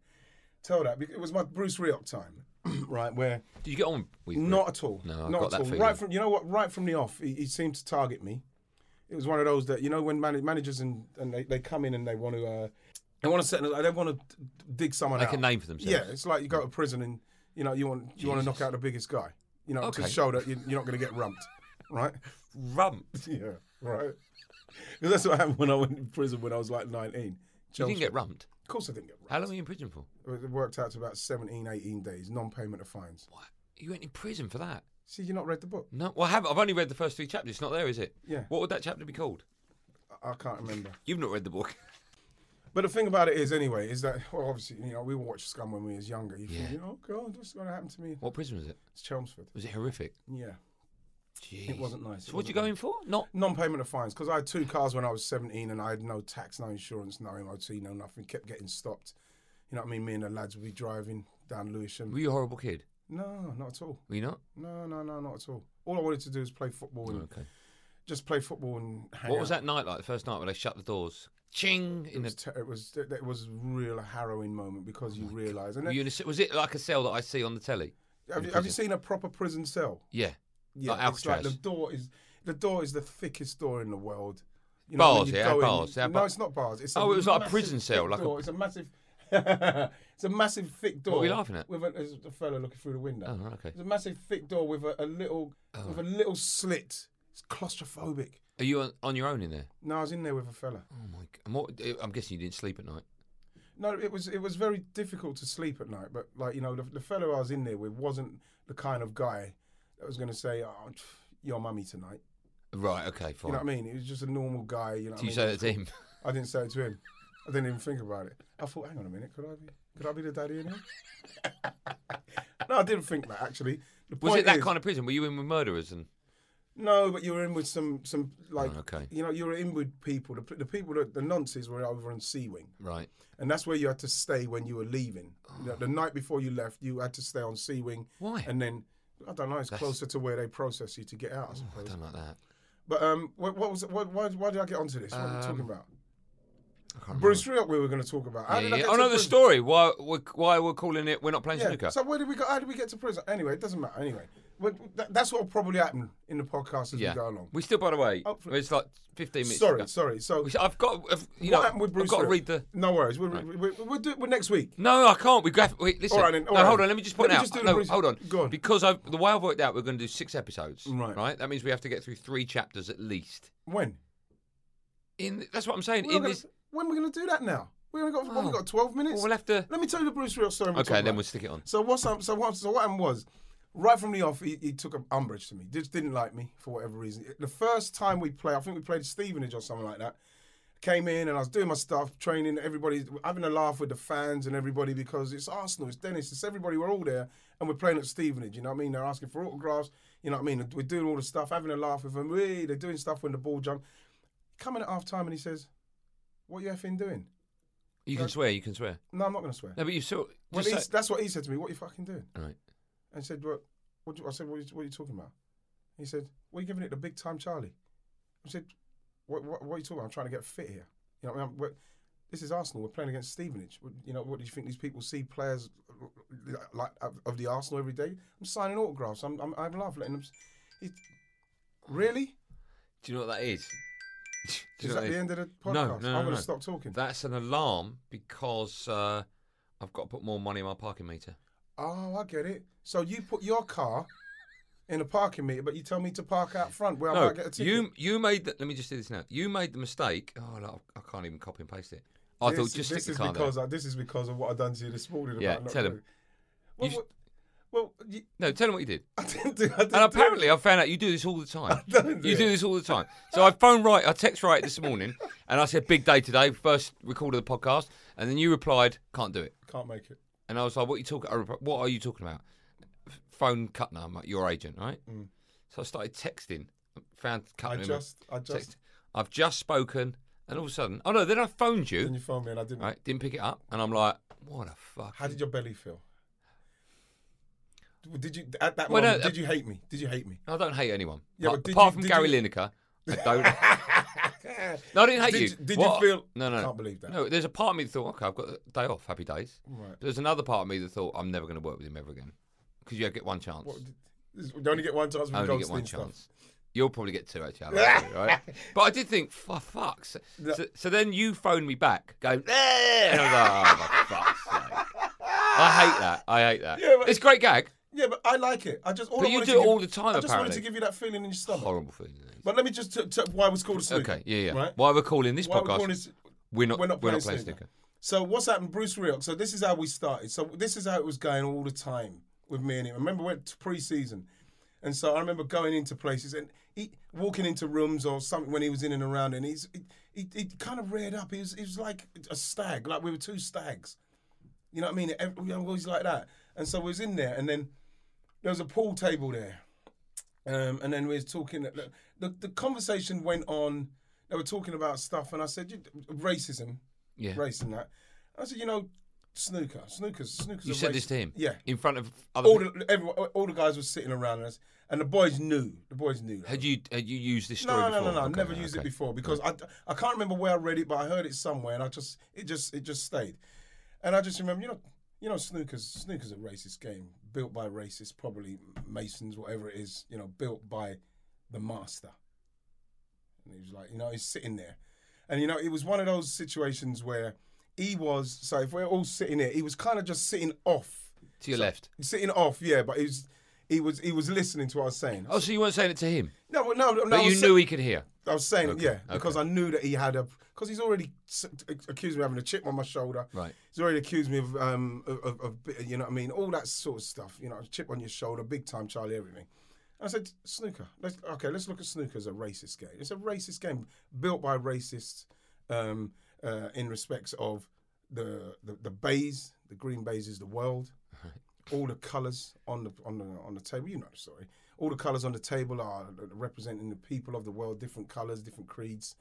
C: tell that. Because it was my Bruce Rioch time, right? Where
A: Did you get on with it?
C: Not at all.
A: No, I've
C: not
A: got
C: at
A: that
C: all.
A: feeling.
C: Right from you know what? Right from the off, he, he seemed to target me. It was one of those that you know when man- managers and, and they, they come in and they want to uh, they want to set they want to dig someone
A: Make
C: out.
A: a name for themselves.
C: Yeah, it's like you go to prison and you know you want you want to knock out the biggest guy. You know
A: Okay.
C: to show that you, you're not going to get rumped, right?
A: Rump.
C: Yeah, right. 'Cause that's what happened when I went in prison when I was like 19.
A: You
C: Chelsea-
A: didn't get rumped.
C: Of course, I didn't get rumped.
A: How long were you in prison for?
C: It worked out to about 17, 18 days, non-payment of fines.
A: What? You went in prison for that?
C: See, you not read the book.
A: No. Well, I have. I've only read the first three chapters. It's not there, is it?
C: Yeah.
A: What would that chapter be called?
C: I, I can't remember.
A: You've not read the book.
C: But the thing about it is, anyway, is that well, obviously, you know, we watched Scum when we was younger. You
A: Yeah.
C: think, oh God, what's going to happen to me?
A: What prison was it?
C: It's Chelmsford.
A: Was it horrific?
C: Yeah,
A: Jeez.
C: wasn't nice.
A: So
C: It
A: what you
C: wasn't
A: go in for? Not.
C: non-payment of fines because I had two cars when I was 17 and I had no tax, no insurance, no MOT, no nothing. Kept getting stopped. You know what I mean? Me and the lads would be driving down Lewisham.
A: Were you a horrible kid?
C: No, not at all.
A: Were you not?
C: No, no, no, not at all. All I wanted to do is play football and
A: Okay.
C: just play football and hang
A: What was
C: out.
A: that night like? The first night where they shut the doors. Ching in
C: It
A: the. Oh
C: was, ter- it was it was a real harrowing moment because you realise. And
A: Were
C: then,
A: you in a ce- was it like a cell that I see on the telly?
C: have, you, have you seen a proper prison cell?
A: Yeah.
C: Yeah,
A: Like
C: it's like the
A: Alcatraz.
C: door is the door is the thickest door in the world. You
A: Bars,
C: you
A: yeah,
C: go in-
A: bars, yeah,
C: no,
A: bar-
C: it's not bars. It's
A: Oh,
C: a
A: it was like a
C: massive
A: prison cell,
C: thick
A: like a-
C: door. It's a massive, it's a massive thick door.
A: were you laughing at?
C: With a, there's a fella looking through the window.
A: Oh, right, okay. Oh.
C: It's a massive thick door with a, a little with a little slit. It's claustrophobic.
A: Are you on, on your own in there?
C: No, I was in there with a fella.
A: Oh my. g- And what, I'm guessing you didn't sleep at night.
C: No, it was it was very difficult to sleep at night. But like you know, the, the fellow I was in there with wasn't the kind of guy that was going to say, "Oh, pff, your mummy tonight."
A: Right. Okay. Fine.
C: You know what I mean? He was just a normal guy. You know. what
A: Do you
C: I mean?
A: say that to him?
C: I didn't say it to him. I didn't even think about it. I thought, hang on a minute, could I be could I be the daddy in here? no, I didn't think that actually. The
A: Was
C: point
A: it that
C: is-
A: kind of prison? Were you in with murderers and?
C: No, but you were in with some some like
A: Oh, okay.
C: you know you were in with people. The, the people that the nonces were over on Sea Wing,
A: Right.
C: and that's where you had to stay when you were leaving. You know, the night before you left, you had to stay on Sea Wing.
A: Oh. Why?
C: And then I don't know. It's closer to where they process you to get out. I
A: Oh, I
C: suppose.
A: don't like that.
C: but um, what, what was what, why, why did I get onto this? What are
A: Um,
C: we talking about?
A: I can't remember.
C: Bruce Rioch, we were going to talk about. How
A: Yeah,
C: did I
A: yeah.
C: get
A: Oh
C: to
A: no, the
C: prison?
A: story. Why we're, why we're calling it? We're not playing
C: Yeah.
A: snooker.
C: So where did we go? How did we get to prison? Anyway, it doesn't matter. Anyway, Well, that, that's what will probably happen in the podcast as
A: yeah.
C: we go along.
A: We still, by the way,
C: Hopefully-
A: it's like 15 minutes.
C: Sorry,
A: ago.
C: sorry. So
A: We- I've got. I've, you
C: what
A: know,
C: happened with Bruce?
A: I've got to
C: Rioch?
A: read the.
C: No worries. We'll, we we we'll do it well, next week.
A: No, I can't. We graph. Wait, listen.
C: All right then, all
A: no,
C: right.
A: hold on. Let me just point
C: Let me
A: out.
C: just do the
A: no,
C: Bruce-
A: hold on.
C: Go on.
A: Because I've, the way I've worked out, we're going to do six episodes.
C: Right.
A: Right. That means we have to get through three chapters at least.
C: When?
A: In that's what I'm saying.
C: We're not
A: in
C: gonna-
A: this,
C: When are we going to do that now? We only got what, we
A: Oh.
C: got twelve minutes.
A: well, we'll have to.
C: Let me tell you the Bruce Real story. we'll
A: Okay,
C: talk
A: then
C: about.
A: we'll stick it on.
C: So what's up? So what? So what happened was, right from the off, he, he took an umbrage to me. Just didn't like me for whatever reason. The first time we played, I think we played Stevenage or something like that. Came in and I was doing my stuff, training everybody, having a laugh with the fans and everybody because it's Arsenal, it's Dennis, it's everybody. We're all there and we're playing at Stevenage. You know what I mean? They're asking for autographs. You know what I mean? We're doing all the stuff, having a laugh with them. Hey, they're doing stuff when the ball jump. Coming at half time and he says, "What you effing doing?"
A: You can swear. You can swear.
C: No, I'm not going to swear.
A: No, but you saw.
C: Well,
A: Just say-
C: he's- that's what he said to me. What you fucking doing?
A: Right.
C: and said, "What?" what do, I said, what are, you, "What are you talking about?" He said, "What are you giving it the big time, Charlie?" I said, "What? What, what are you talking about? I'm trying to get fit here. You know, what I mean? We're- this is Arsenal. We're playing against Stevenage. What- You know, what do you think these people see players like of- of the Arsenal every day? I'm signing autographs. I'm I'm, I'm laughing, letting them. s- It, really?
A: Do you know what that is? Do you
C: Is
A: know what
C: that
A: is?
C: the end of
A: No,
C: the podcast?
A: no,
C: I'm
A: no,
C: gonna
A: no.
C: stop talking.
A: That's an alarm because uh, I've got to put more money in my parking meter.
C: Oh, I get it. So you put your car in a parking meter, but you tell me to park out front where I
A: No,
C: might get a ticket.
A: you you made. The, let me just do this now. You made the mistake. Oh, no, I can't even copy and paste it. I thought just stick
C: this
A: the
C: is
A: car there.
C: because I, this is because of what I done to you this morning.
A: Yeah,
C: about not
A: tell him.
C: doing- Well,
A: You
C: well, well, you,
A: No, tell them what you did.
C: I didn't do. I didn't
A: And
C: do
A: apparently, I found out you do this all the time.
C: don't do
A: you do
C: it.
A: this all the time. So I phoned right, I text right this morning, and I said, "Big day today." First record of the podcast, and then you replied, "Can't do it."
C: it. can't make it.
A: And I was like, "What are you talking? I rep- What are you talking about?" F- Phone Cutner, I'm like, your agent, right? So I started texting. Found Cutner.
C: Mm. I
A: in my
C: just, I just.
A: text. I've just spoken, and all of a sudden, oh no! Then I phoned
C: Then
A: you,
C: you phoned me and I didn't.
A: right? Didn't pick it up, and I'm like, "What a fuck."
C: How did your belly feel? Did you at that
A: Well, no,
C: moment?
A: uh,
C: did you hate me? Did you hate me?
A: I don't hate anyone.
C: Yeah,
A: apart
C: but did
A: apart
C: you-
A: from
C: did
A: Gary
C: you-
A: Lineker, I don't. no, I didn't hate
C: Did
A: you.
C: you- did you
A: What-
C: feel-
A: No, no.
C: I
A: no.
C: can't believe that. Mm.
A: No, there's a part of me that thought, okay, I've got a day off, happy days.
C: Right.
A: There's another part of me that thought, I'm never going to work with him ever again. Because you get one chance.
C: What, you only get one chance.
A: I
C: with
A: only get one
C: ghosting stuff.
A: chance. You'll probably get two, actually. I like you, right? But I did think, for fuck's sake.
C: No.
A: So, so then you phoned me back, going, "Eh," and I was like, oh, for fuck's sake. I hate that. I hate that.
C: Yeah, but-
A: it's a great gag.
C: Yeah, but I like it. I just all
A: But
C: I
A: you
C: wanted
A: do
C: to
A: it
C: give-
A: all the time,
C: I just wanted to
A: apparently.
C: give you that feeling in your stomach.
A: Horrible feeling. that is.
C: But let me just t- t- why was called a snooker.
A: Okay, yeah, yeah.
C: Right?
A: Why we're calling this
C: Why we're
A: podcast,
C: calling this-
A: we're not,
C: we're not
A: we're
C: playing
A: not playing
C: snooker.
A: snooker.
C: So what's happened, Bruce Rioch? So this is how we started. So this is how it was going all the time with me and him. I remember we went to pre-season, and so I remember going into places and he, walking into rooms or something when he was in and around, and he's he, he, he kind of reared up. He was, he was like a stag, like we were two stags. You know what I mean? Every, we always like that. And so we was in there, and then there was a pool table there, um, and then we was talking. The, the, the conversation went on. They were talking about stuff, and I said "You- racism
A: Yeah.
C: race and that. I said, you know, snooker, snookers, snookers.
A: You
C: are
A: said
C: race-
A: this to him?
C: Yeah.
A: In front of other
C: All
A: people?
C: the everyone, all the guys were sitting around us, and the boys knew. The boys knew.
A: Had you, had you used this story
C: no, no,
A: before?
C: no, no, I've
A: Okay,
C: never
A: no,
C: used it
A: okay.
C: before because I, I can't remember where I read it, but I heard it somewhere, and I just it just it just stayed, and I just remember you know you know snooker's snooker's a racist game built by racists, probably masons, whatever it is, you know, built by the master. And he was like, you know, he's sitting there, and you know, it was one of those situations where he was. So if we're all sitting there, he was kind of just sitting off,
A: To your left.
C: sitting off, yeah, but he was. He was he was listening to what I was saying.
A: Oh, so you weren't saying it to him,
C: no, no, no. I
A: but
C: was
A: you
C: sa-
A: knew he could hear.
C: I was saying,
A: Okay,
C: yeah, because
A: okay.
C: I knew that he had a. Because he's already s- accused me of having a chip on my shoulder.
A: Right.
C: He's already accused me of, um, of, of, of bit- you know what I mean, all that sort of stuff. You know, chip on your shoulder, big time, Charlie, everything. And I said, snooker. Let's okay. Let's look at snooker as a racist game. It's a racist game built by racists um, uh, in respects of the the, the bays, the green bays is the world all the colours on the on the on the table. You know, sorry, all the colours on the table are representing the people of the world, different colours, different creeds.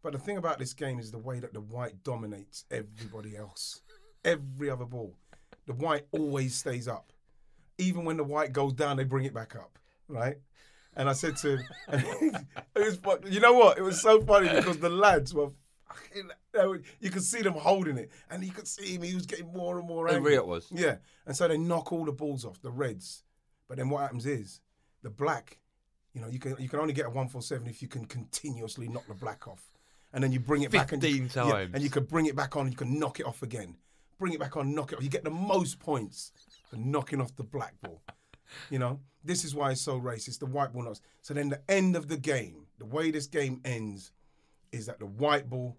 C: But the thing about this game is the way that the white dominates everybody else. Every other ball, the white always stays up. Even when the white goes down, they bring it back up, right? And I said to him, it was, fu- you know what? It was so funny because the lads were, fucking, they were- you could see them holding it, and you could see him. He was getting more and more
A: How
C: angry.
A: real it was.
C: Yeah, and so they knock all the balls off the Reds, but then what happens is the black, you know, you can you can only get a one four seven if you can continuously knock the black off, and then you bring it back and
A: 15
C: yeah,
A: times.
C: and you can bring it back on, you can knock it off again, bring it back on, knock it off. You get the most points for knocking off the black ball. You know, this is why it's so racist. The white ball knocks. So then the end of the game, the way this game ends, is that the white ball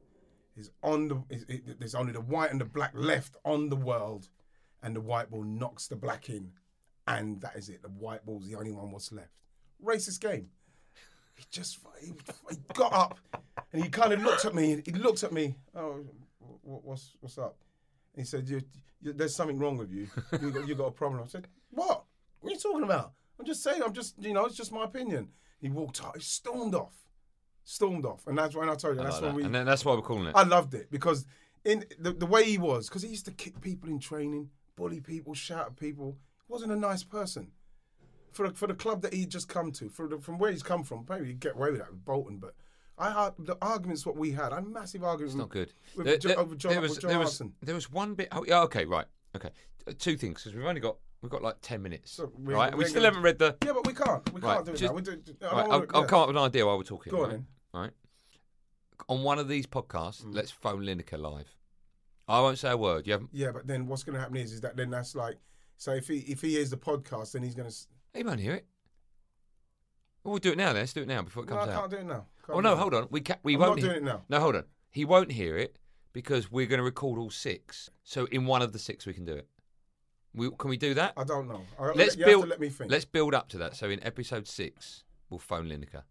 C: is on the. Is, it, there's only the white and the black left on the world, and the white ball knocks the black in, and that is it. The white ball's the only one what's left. Racist game. He just he, he got up, and he kind of looked at me. He looked at me. Oh, wh- wh- what's what's up? And he said, you, you, "There's something wrong with you. You got, you got a problem." I said, "What? What are you talking about? I'm just saying. I'm just you know, it's just my opinion." He walked out. He stormed off. Stormed off, and that's when I told you.
A: I
C: That's
A: like
C: when
A: that.
C: we.
A: And then that's why we're calling it.
C: I loved it because in the, the way he was, because he used to kick people in training, bully people, shout at people. wasn't a nice person. For for the club that he'd just come to, for the, from where he's come from, maybe he'd get away with that with Bolton, but I had the arguments what we had, I had massive arguments.
A: It's not good.
C: With
A: There-
C: Jo-
A: there-
C: over John,
A: there was-
C: with John
A: there was-
C: Hudson.
A: There was one bit. Oh, yeah, okay, right. Okay. Uh, Two things, because we've only got, we've got like 10 minutes.
C: So we-
A: right? And we
C: we're
A: still
C: gonna-
A: haven't read the.
C: Yeah, but we can't. We
A: Right,
C: can't do it
A: just-
C: now. We do, I don't
A: Right, I'll,
C: wanna-
A: I'll
C: yeah.
A: come up with an idea while we're talking.
C: Oh, Go on
A: right?
C: then. Mm.
A: Right. On one of these podcasts, let's phone Lineker live. I won't say a word. You haven't.
C: Yeah, but then what's going to happen is, is that then that's like So if he if he hears the podcast, then he's going to.
A: He won't hear it. Well, we'll do it now. Then. Let's do it now before it
C: No, I
A: comes
C: can't
A: out.
C: do it now. Can't
A: Oh
C: do
A: no,
C: it.
A: hold on. We ca- we
C: I'm
A: won't.
C: not
A: hear-
C: doing it now.
A: No, hold on. He won't hear it because we're going to record all six. So in one of the six, we can do it. We can we do that?
C: I don't know. I,
A: let's
C: you
A: build.
C: Have to let me think,
A: Let's build up to that. So in episode six, we'll phone Lineker.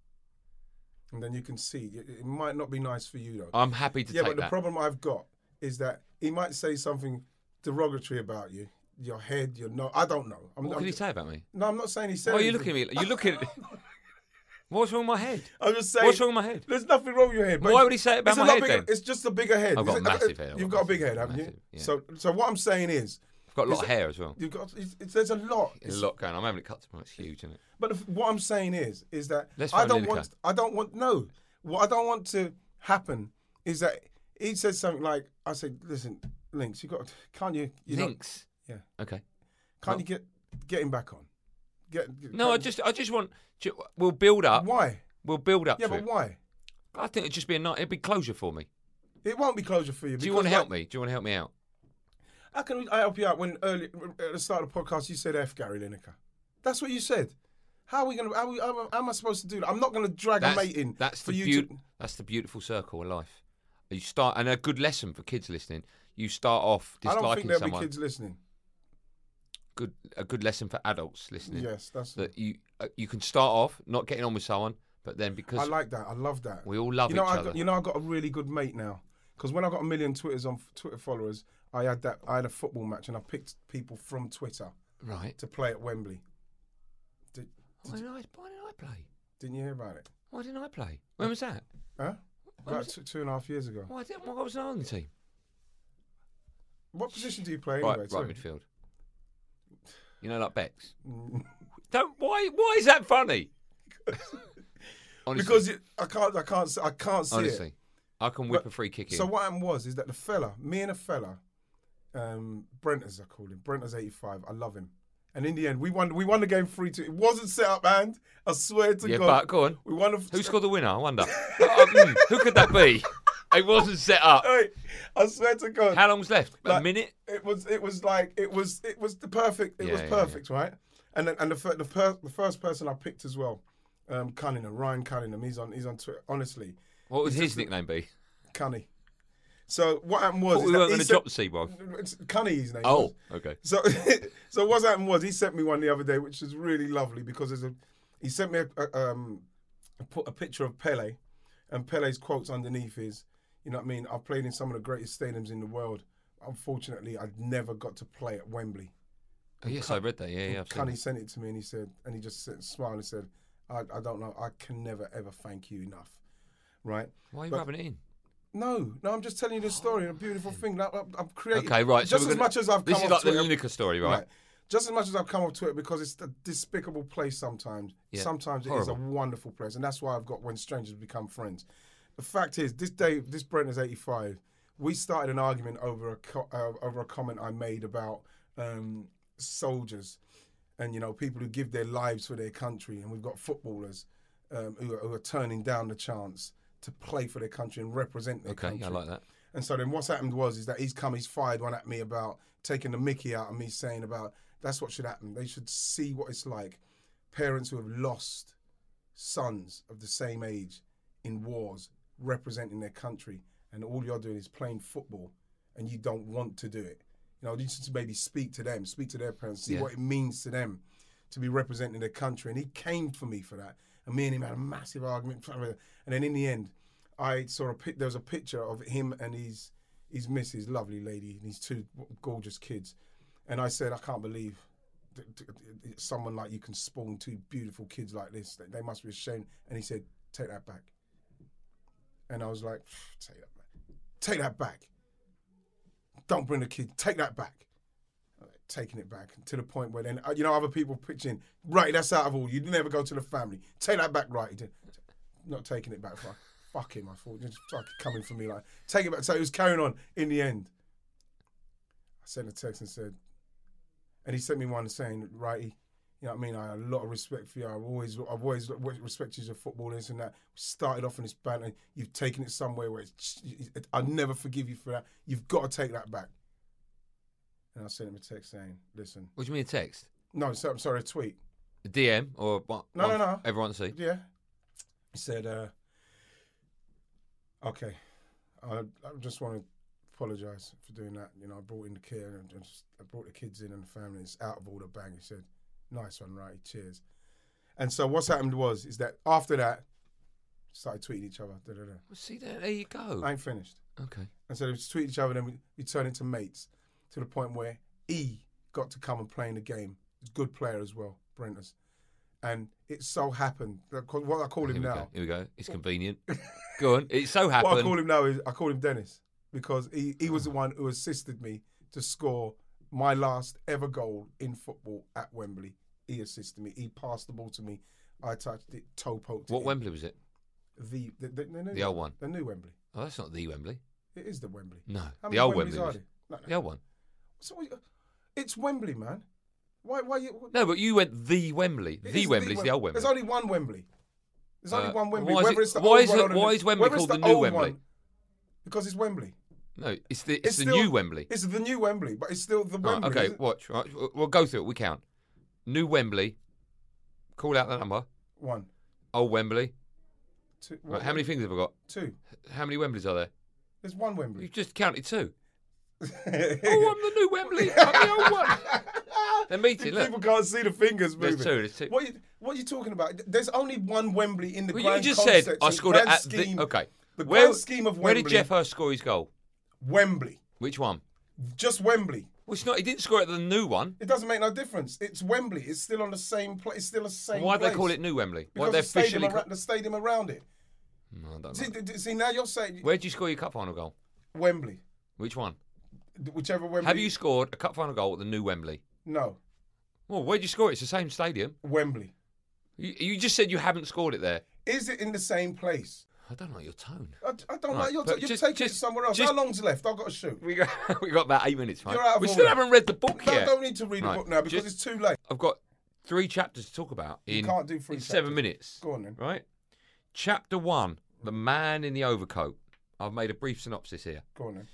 C: and then you can see. It, it might not be nice for you though.
A: I'm happy to
C: yeah,
A: take
C: but the
A: that.
C: problem I've got is that he might say something derogatory about you, your head, your nose. I don't know. I'm,
A: what
C: I'm
A: could he
C: ju-
A: say about me?
C: No, I'm not saying he said.
A: Why are you
C: anything.
A: looking at me? You're looking at. What's wrong with my head?
C: I'm just saying.
A: What's wrong with my head?
C: There's nothing wrong with your head. but
A: Why
C: it's-
A: would he say it about
C: it's a
A: my
C: lot
A: head
C: bigger-
A: then?
C: It's just a bigger head.
A: I've got
C: Is it-
A: massive hair, I've
C: You've
A: got
C: got a big
A: massive-
C: head, haven't you?
A: massive, yeah.
C: So, so what I'm saying is,
A: I've got a lot
C: Is
A: of hair as well.
C: you've got it's, it's, there's a lot.
A: There's a lot going. on. I'm having it cut tomorrow. It's huge, isn't it?
C: But if, what I'm saying is, is that
A: Let's
C: I
A: phone
C: don't
A: Lineker.
C: want. I don't want. No, what I don't want to happen is that he says something like, "I said, listen, Links, you got. Can't you? you know,
A: Links.
C: Yeah.
A: Okay.
C: Can't you get get him back on? Get,
A: No, I
C: can't-
A: just, I just want. ju- We'll build up.
C: Why?
A: We'll build up
C: Yeah,
A: to
C: but
A: it.
C: why?
A: I think it'd just be a night. It'd be closure for me.
C: It won't be closure for you.
A: Do you
C: because,
A: want to
C: like,
A: help me? Do you want to help me out?
C: How can I help you out when early at the start of the podcast you said F Gary Lineker? That's what you said. How are we gonna? How, we, how, how am I supposed to do that? I'm not gonna drag a mate in
A: that's
C: for
A: the
C: you
A: beaut-
C: to.
A: that's the beautiful circle of life. You start, and a good lesson for kids listening. You start off
C: I don't think
A: disliking
C: there'll
A: someone.
C: be kids listening.
A: Good, a good lesson for adults listening.
C: Yes, that's.
A: That you uh, you can start off not getting on with someone, but then
C: I
A: because
C: like that. I love that.
A: we all love
C: you know,
A: each
C: I
A: other.
C: Got, you know, I got a really good mate now. Because when I got a million Twitters on Twitter followers, I had that. I had a football match, and I picked people from Twitter
A: right?
C: to play at Wembley. Did,
A: Why didn't, I, why didn't I play?
C: didn't you hear about it?
A: Why didn't I play? When was that?
C: Huh?
A: When
C: About
A: was
C: two, two and a half years ago.
A: Why didn't? Why wasn't I on the team?
C: What position do you play
A: Right,
C: anyway?
A: right
C: Sorry.
A: midfield. You know, like Bex. Don't. Why? Why is that funny? honestly,
C: Because it, I can't, I can't, I can't see it.
A: honestly, I can whip
C: But-
A: a free kick in.
C: So what happened was is that the fella, me and a fella, um, Brent as I call him, Brent as eighty five. I love him. And in the end, we won. We won the game three two. It wasn't set up, and I swear to
A: yeah,
C: God,
A: but go on.
C: we won. The,
A: Who scored the winner? I wonder. Uh, uh, hmm, who could that be? It wasn't set up.
C: Hey, I swear to God,
A: How long's left? A
C: Like-
A: minute.
C: it was. It was like it was. It was the perfect. It
A: Yeah,
C: was
A: yeah,
C: perfect, right? And then, and the fir- the, per, the first person I picked as well, um, Cunningham, Ryan Cunningham. He's on. He's on Twitter. Honestly,
A: What would his nickname be?
C: Cunny. So what happened was
A: Thought
C: is
A: we
C: that
A: weren't
C: he
A: going to
C: sent-
A: drop the C-Ball.
C: It's Cunny, his name. was.
A: Oh, okay.
C: So, so what's happened was he sent me one the other day, which is really lovely because there's a, he sent me a, a, um, a, pu- a picture of Pele, and Pele's quotes underneath is, you know what I mean. I've played in some of the greatest stadiums in the world. Unfortunately, I'd never got to play at Wembley.
A: Oh, yes, I read that. Yeah, yeah. I've seen
C: Cunny
A: that.
C: sent it to me, and he said, and he just said, smiled and said, I, I don't know, I can never ever thank you enough, right?
A: Why are you
C: but-
A: rubbing it in?
C: No, no, I'm just telling you the story, a beautiful thing that I've, I've created.
A: Okay, right. so
C: Just
A: we're
C: as
A: gonna-
C: much as I've
A: This is
C: come off
A: like the
C: Twitter-
A: Lineker story, right?
C: Just as much as I've come up to it because it's a despicable place sometimes.
A: Yeah,
C: Sometimes it is a
A: horrible.
C: wonderful place, and that's why I've got when strangers become friends. The fact is, this day, this Brent is eighty-five. We started an argument over a co- uh, over a comment I made about um, soldiers, and you know people who give their lives for their country, and we've got footballers um, who, are, who are turning down the chance to play for their country and represent their
A: Okay,
C: country.
A: I like that.
C: And so then what's happened was is that he's come, he's fired one at me about taking the Mickey out of me, saying about that's what should happen. They should see what it's like. Parents who have lost sons of the same age in wars representing their country, and all you're doing is playing football, and you don't want to do it. You know, you should maybe speak to them, speak to their parents, see
A: Yeah.
C: what it means to them to be representing their country. And he came for me for that. And me and him had a massive argument. And then in the end, I saw a pic. There was a picture of him and his his missus, lovely lady, and his two gorgeous kids. And I said, I can't believe th- th- th- someone like you can spawn two beautiful kids like this. They- They must be ashamed. And he said, take that back. And I was like, take that back. Take that back. Don't bring the kid. Take that back. Taking it back to the point where then, uh, you know, other people pitching, right, that's out of all. You never go to the family. Take that back, right. He did. Not taking it back. Fuck, fuck him, I thought. Just fucking coming for me. Like, take it back. So he was carrying on in the end. I sent a text and said, and he sent me one saying, righty, you know what I mean? I have a lot of respect for you. I've always, I've always respected you as a footballer, this and that. Started off in this banter. You've taken it somewhere where it's, I'll never forgive you for that. You've got to take that back. And I sent him a text saying, listen,
A: What do you mean a text?
C: no, so, I'm sorry, a tweet.
A: A DM or what?
C: No, no, no.
A: Everyone see.
C: Yeah. He said, uh, okay, I, I just want to apologize for doing that. You know, I brought in the kid and I just, I brought the kids in and the family. It's out of order. Bang. He said, nice one, righty. Cheers. And so what's happened was, is that after that, started tweeting each other. Da, da, da.
A: Well, see there, there you go.
C: I ain't finished.
A: okay.
C: And so they just tweet each other, then we, we turn into mates to the point where E got to come and play in the game. He's a good player as well, Brentus. And it so happened, that- 'cause what I call
A: Here
C: him
A: we
C: now,
A: go. Here we go. It's convenient. go on. It so
C: what I
A: happened.
C: call him now is I call him Dennis because he, he was the one who assisted me to score my last ever goal in football at Wembley. He assisted me. He passed the ball to me. I touched it, toe poked
A: what
C: it.
A: Wembley was it?
C: in. The, the, the, the, new-
A: The old one.
C: The new Wembley.
A: Oh, that's not the Wembley.
C: It is the Wembley.
A: No,
C: How
A: the
C: many
A: old
C: Wembleys
A: Wembley.
C: are
A: was-
C: there? No, no.
A: The old one.
C: So what you- it's Wembley, man. Why? Why you? what-
A: No, but you went the Wembley.
C: it
A: The
C: is
A: Wembley's the,
C: Wem-
A: old Wembley.
C: There's only one Wembley. There's only
A: Uh,
C: one Wembley.
A: why is
C: whether
A: it-
C: it's the
A: why
C: old
A: is
C: one
A: it-
C: or the
A: why
C: new-
A: is Wembley
C: whether it's
A: called the new
C: old
A: Wembley?
C: one, because it's Wembley.
A: No, it's the it's, the
C: still-
A: new Wembley.
C: It's the new Wembley, but it's still the
A: Right,
C: Wembley.
A: okay,
C: isn't it?
A: watch. Right, we'll- we'll go through it. We count. New Wembley. Call out the number.
C: One,
A: Old Wembley.
C: two.
A: Right, how many fingers have I got?
C: Two.
A: How many Wembleys are there?
C: There's one Wembley.
A: You've just counted two. oh, I'm the new Wembley. I'm the old one. They're meeting. Look,
C: People can't see the fingers
A: There's
C: moving.
A: two, there's two.
C: What, are you, what are you talking about? There's only one Wembley in the
A: Well, you
C: grand
A: just said
C: concept
A: I
C: and
A: scored it
C: grand
A: at
C: scheme-
A: the. Okay.
C: The
A: where,
C: grand scheme of
A: Where
C: Wembley.
A: did Jeff Hurst score his goal?
C: Wembley.
A: Which one?
C: Just Wembley.
A: Well, it's not. He didn't score it at the new one.
C: It doesn't make no difference. It's Wembley. It's still on the same place. It's still the same.
A: Why do they
C: place.
A: call it New Wembley? Why
C: Because
A: they
C: the stadium,
A: officially?
C: around, the stadium around it.
A: ca- No, I don't
C: See,
A: know.
C: d- d- see, now you're saying
A: Where did you score your cup final goal?
C: Wembley,
A: Which one?
C: D- whichever Wembley.
A: Have you scored a cup final goal at the new Wembley?
C: No,
A: Well, where'd you score it? It's the same stadium.
C: Wembley.
A: You, you just said you haven't scored it there.
C: Is it in the same place?
A: I don't like your tone.
C: I, I don't
A: Right,
C: know. You're,
A: but
C: t- you're
A: just-
C: taking it
A: just-
C: somewhere else.
A: just-
C: How long's left? I've got to shoot.
A: We got we got about eight minutes, right?
C: You're out of
A: we
C: order.
A: still haven't read the book
C: No, I
A: yet.
C: don't need to read
A: Right,
C: the book now because
A: just-
C: it's too late.
A: I've got three chapters to talk about in,
C: can't do three
A: in seven
C: chapters.
A: minutes.
C: Go on then.
A: Right? Chapter one The Man in the Overcoat. I've made a brief synopsis here.
C: Go on then.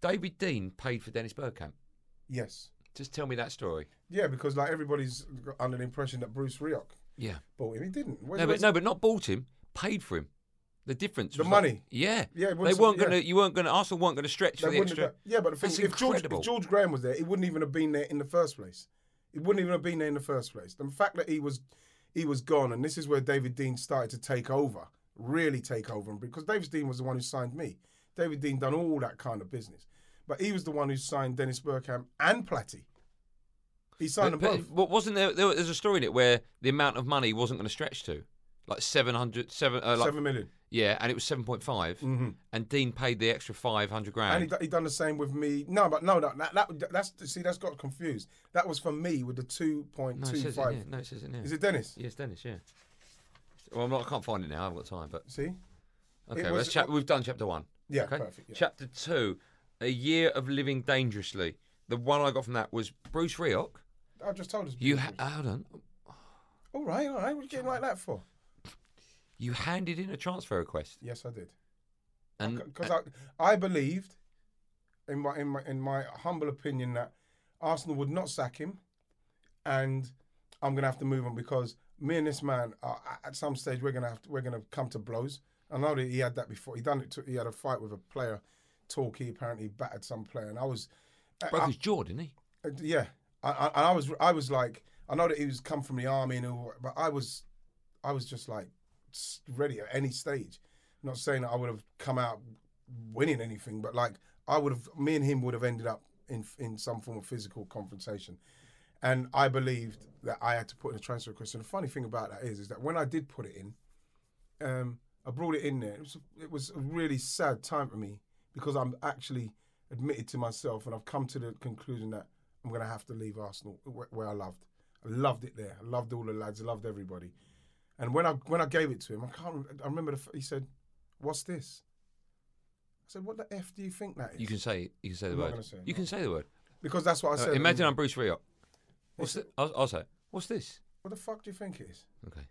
A: David Dean paid for Dennis Bergkamp.
C: Yes.
A: Just tell me that story.
C: Yeah, because like everybody's got under the impression that Bruce Rioch
A: Yeah.
C: bought him. He didn't. Where-
A: No, but
C: where's-
A: no, but not bought him, paid for him. The difference.
C: The
A: was like-
C: money.
A: yeah.
C: Yeah, it
A: They
C: was-
A: weren't
C: yeah.
A: gonna. You weren't gonna. Arsenal weren't gonna stretch
C: They
A: for the
C: wouldn't
A: extra.
C: have done- yeah, but the thing
A: That's
C: if George,
A: incredible.
C: if George Graham was there, he wouldn't even have been there in the first place. He wouldn't even have been there in the first place. The fact that he was he was gone, and this is where David Dean started to take over, really take over, because David Dean was the one who signed me. David Dean done all that kind of business, but he was the one who signed Dennis Burkham and Platty. He signed
A: But-
C: them
A: but-
C: both.
A: but wasn't there, there? There's a story in it where the amount of money wasn't going to stretch to, like seven hundred seven. Uh, like,
C: Seven million.
A: Yeah, and it was seven and Dean paid the extra five hundred
C: And he,
A: grand.
C: d- he done the same with me. No, but no, that, that, that that's see, that's got confused. That was for me with the two point
A: no, it
C: two
A: says it
C: five.
A: here. No, it says it here.
C: Is it Dennis?
A: Yes, Dennis. Yeah. Well, I'm not. I can't find it now. I haven't got time. But
C: See,
A: okay,
C: was-
A: let's chap- we've done chapter one.
C: Yeah,
A: Okay?
C: perfect, yeah.
A: Chapter two, a year of living dangerously. The one I got from that was Bruce Rioch.
C: I just told us.
A: You ha- uh, hold on.
C: All right, all right. What are you getting like that for?
A: You handed in a transfer request,
C: Yes, I did.
A: and
C: Because I, I believed, in my, in my in my humble opinion, that Arsenal would not sack him, and I'm gonna have to move on because me and this man are, at some stage we're gonna have to, we're gonna come to blows. I know that he had that before. He done it. To, he had a fight with a player, Torquay. Apparently, he battered some player, and I was
A: broke his jaw, didn't he?
C: Uh, yeah, I, I, and I was, I was like, I know that he was come from the army and all, but I was, I was just like s- ready at any stage. not saying that I would have come out winning anything, but like I would have, me and him would have ended up in in some form of physical confrontation. And I believed that I had to put in a transfer request. And the funny thing about that is, is that when I did put it in, um, I brought it in there. It was, it was a really sad time for me because I'm actually admitted to myself and I've come to the conclusion that I'm going to have to leave Arsenal where, where I loved. I loved it there. I loved all the lads. I loved everybody. And when I when I gave it to him, I can't. rem- I remember the, f- he said, "What's this?" I said, "What the f do you think that is?"
A: You can say you can say the
C: I'm not
A: word.
C: gonna say it,
A: you
C: no.
A: can say the word.
C: because that's what I
A: Uh,
C: said.
A: imagine I'm Bruce Rioch. What's
C: What's
A: the, I'll, I'll say. What's this?
C: What the fuck do you think it is?
A: Okay.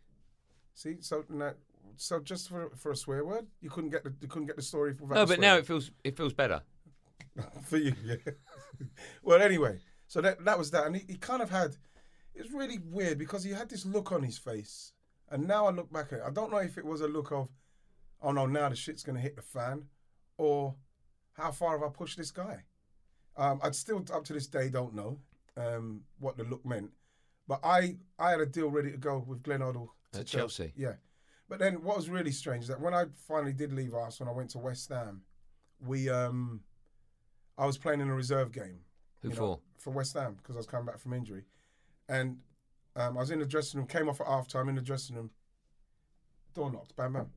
C: See, so now, so just for for a swear word, you couldn't get the you couldn't get the story. Without
A: No,
C: the
A: but
C: swear
A: now
C: word.
A: it feels it feels better.
C: for you. Yeah. well, anyway, so that that was that, and he, he kind of had. It's really weird because he had this look on his face, and now I look back at it. I don't know if it was a look of, oh no, now the shit's gonna hit the fan, or how far have I pushed this guy? Um, I'd still up to this day don't know um, what the look meant, but I I had a deal ready to go with Glenn Oddle to
A: At Chelsea.
C: Yeah, but then what was really strange is that when I finally did leave Arsenal, I went to West Ham. We um, I was playing in a reserve game.
A: Who
C: you know,
A: for?
C: For West Ham because I was coming back from injury, and um, I was in the dressing room. Came off at half time in the dressing room. Door knocked. Bam bam.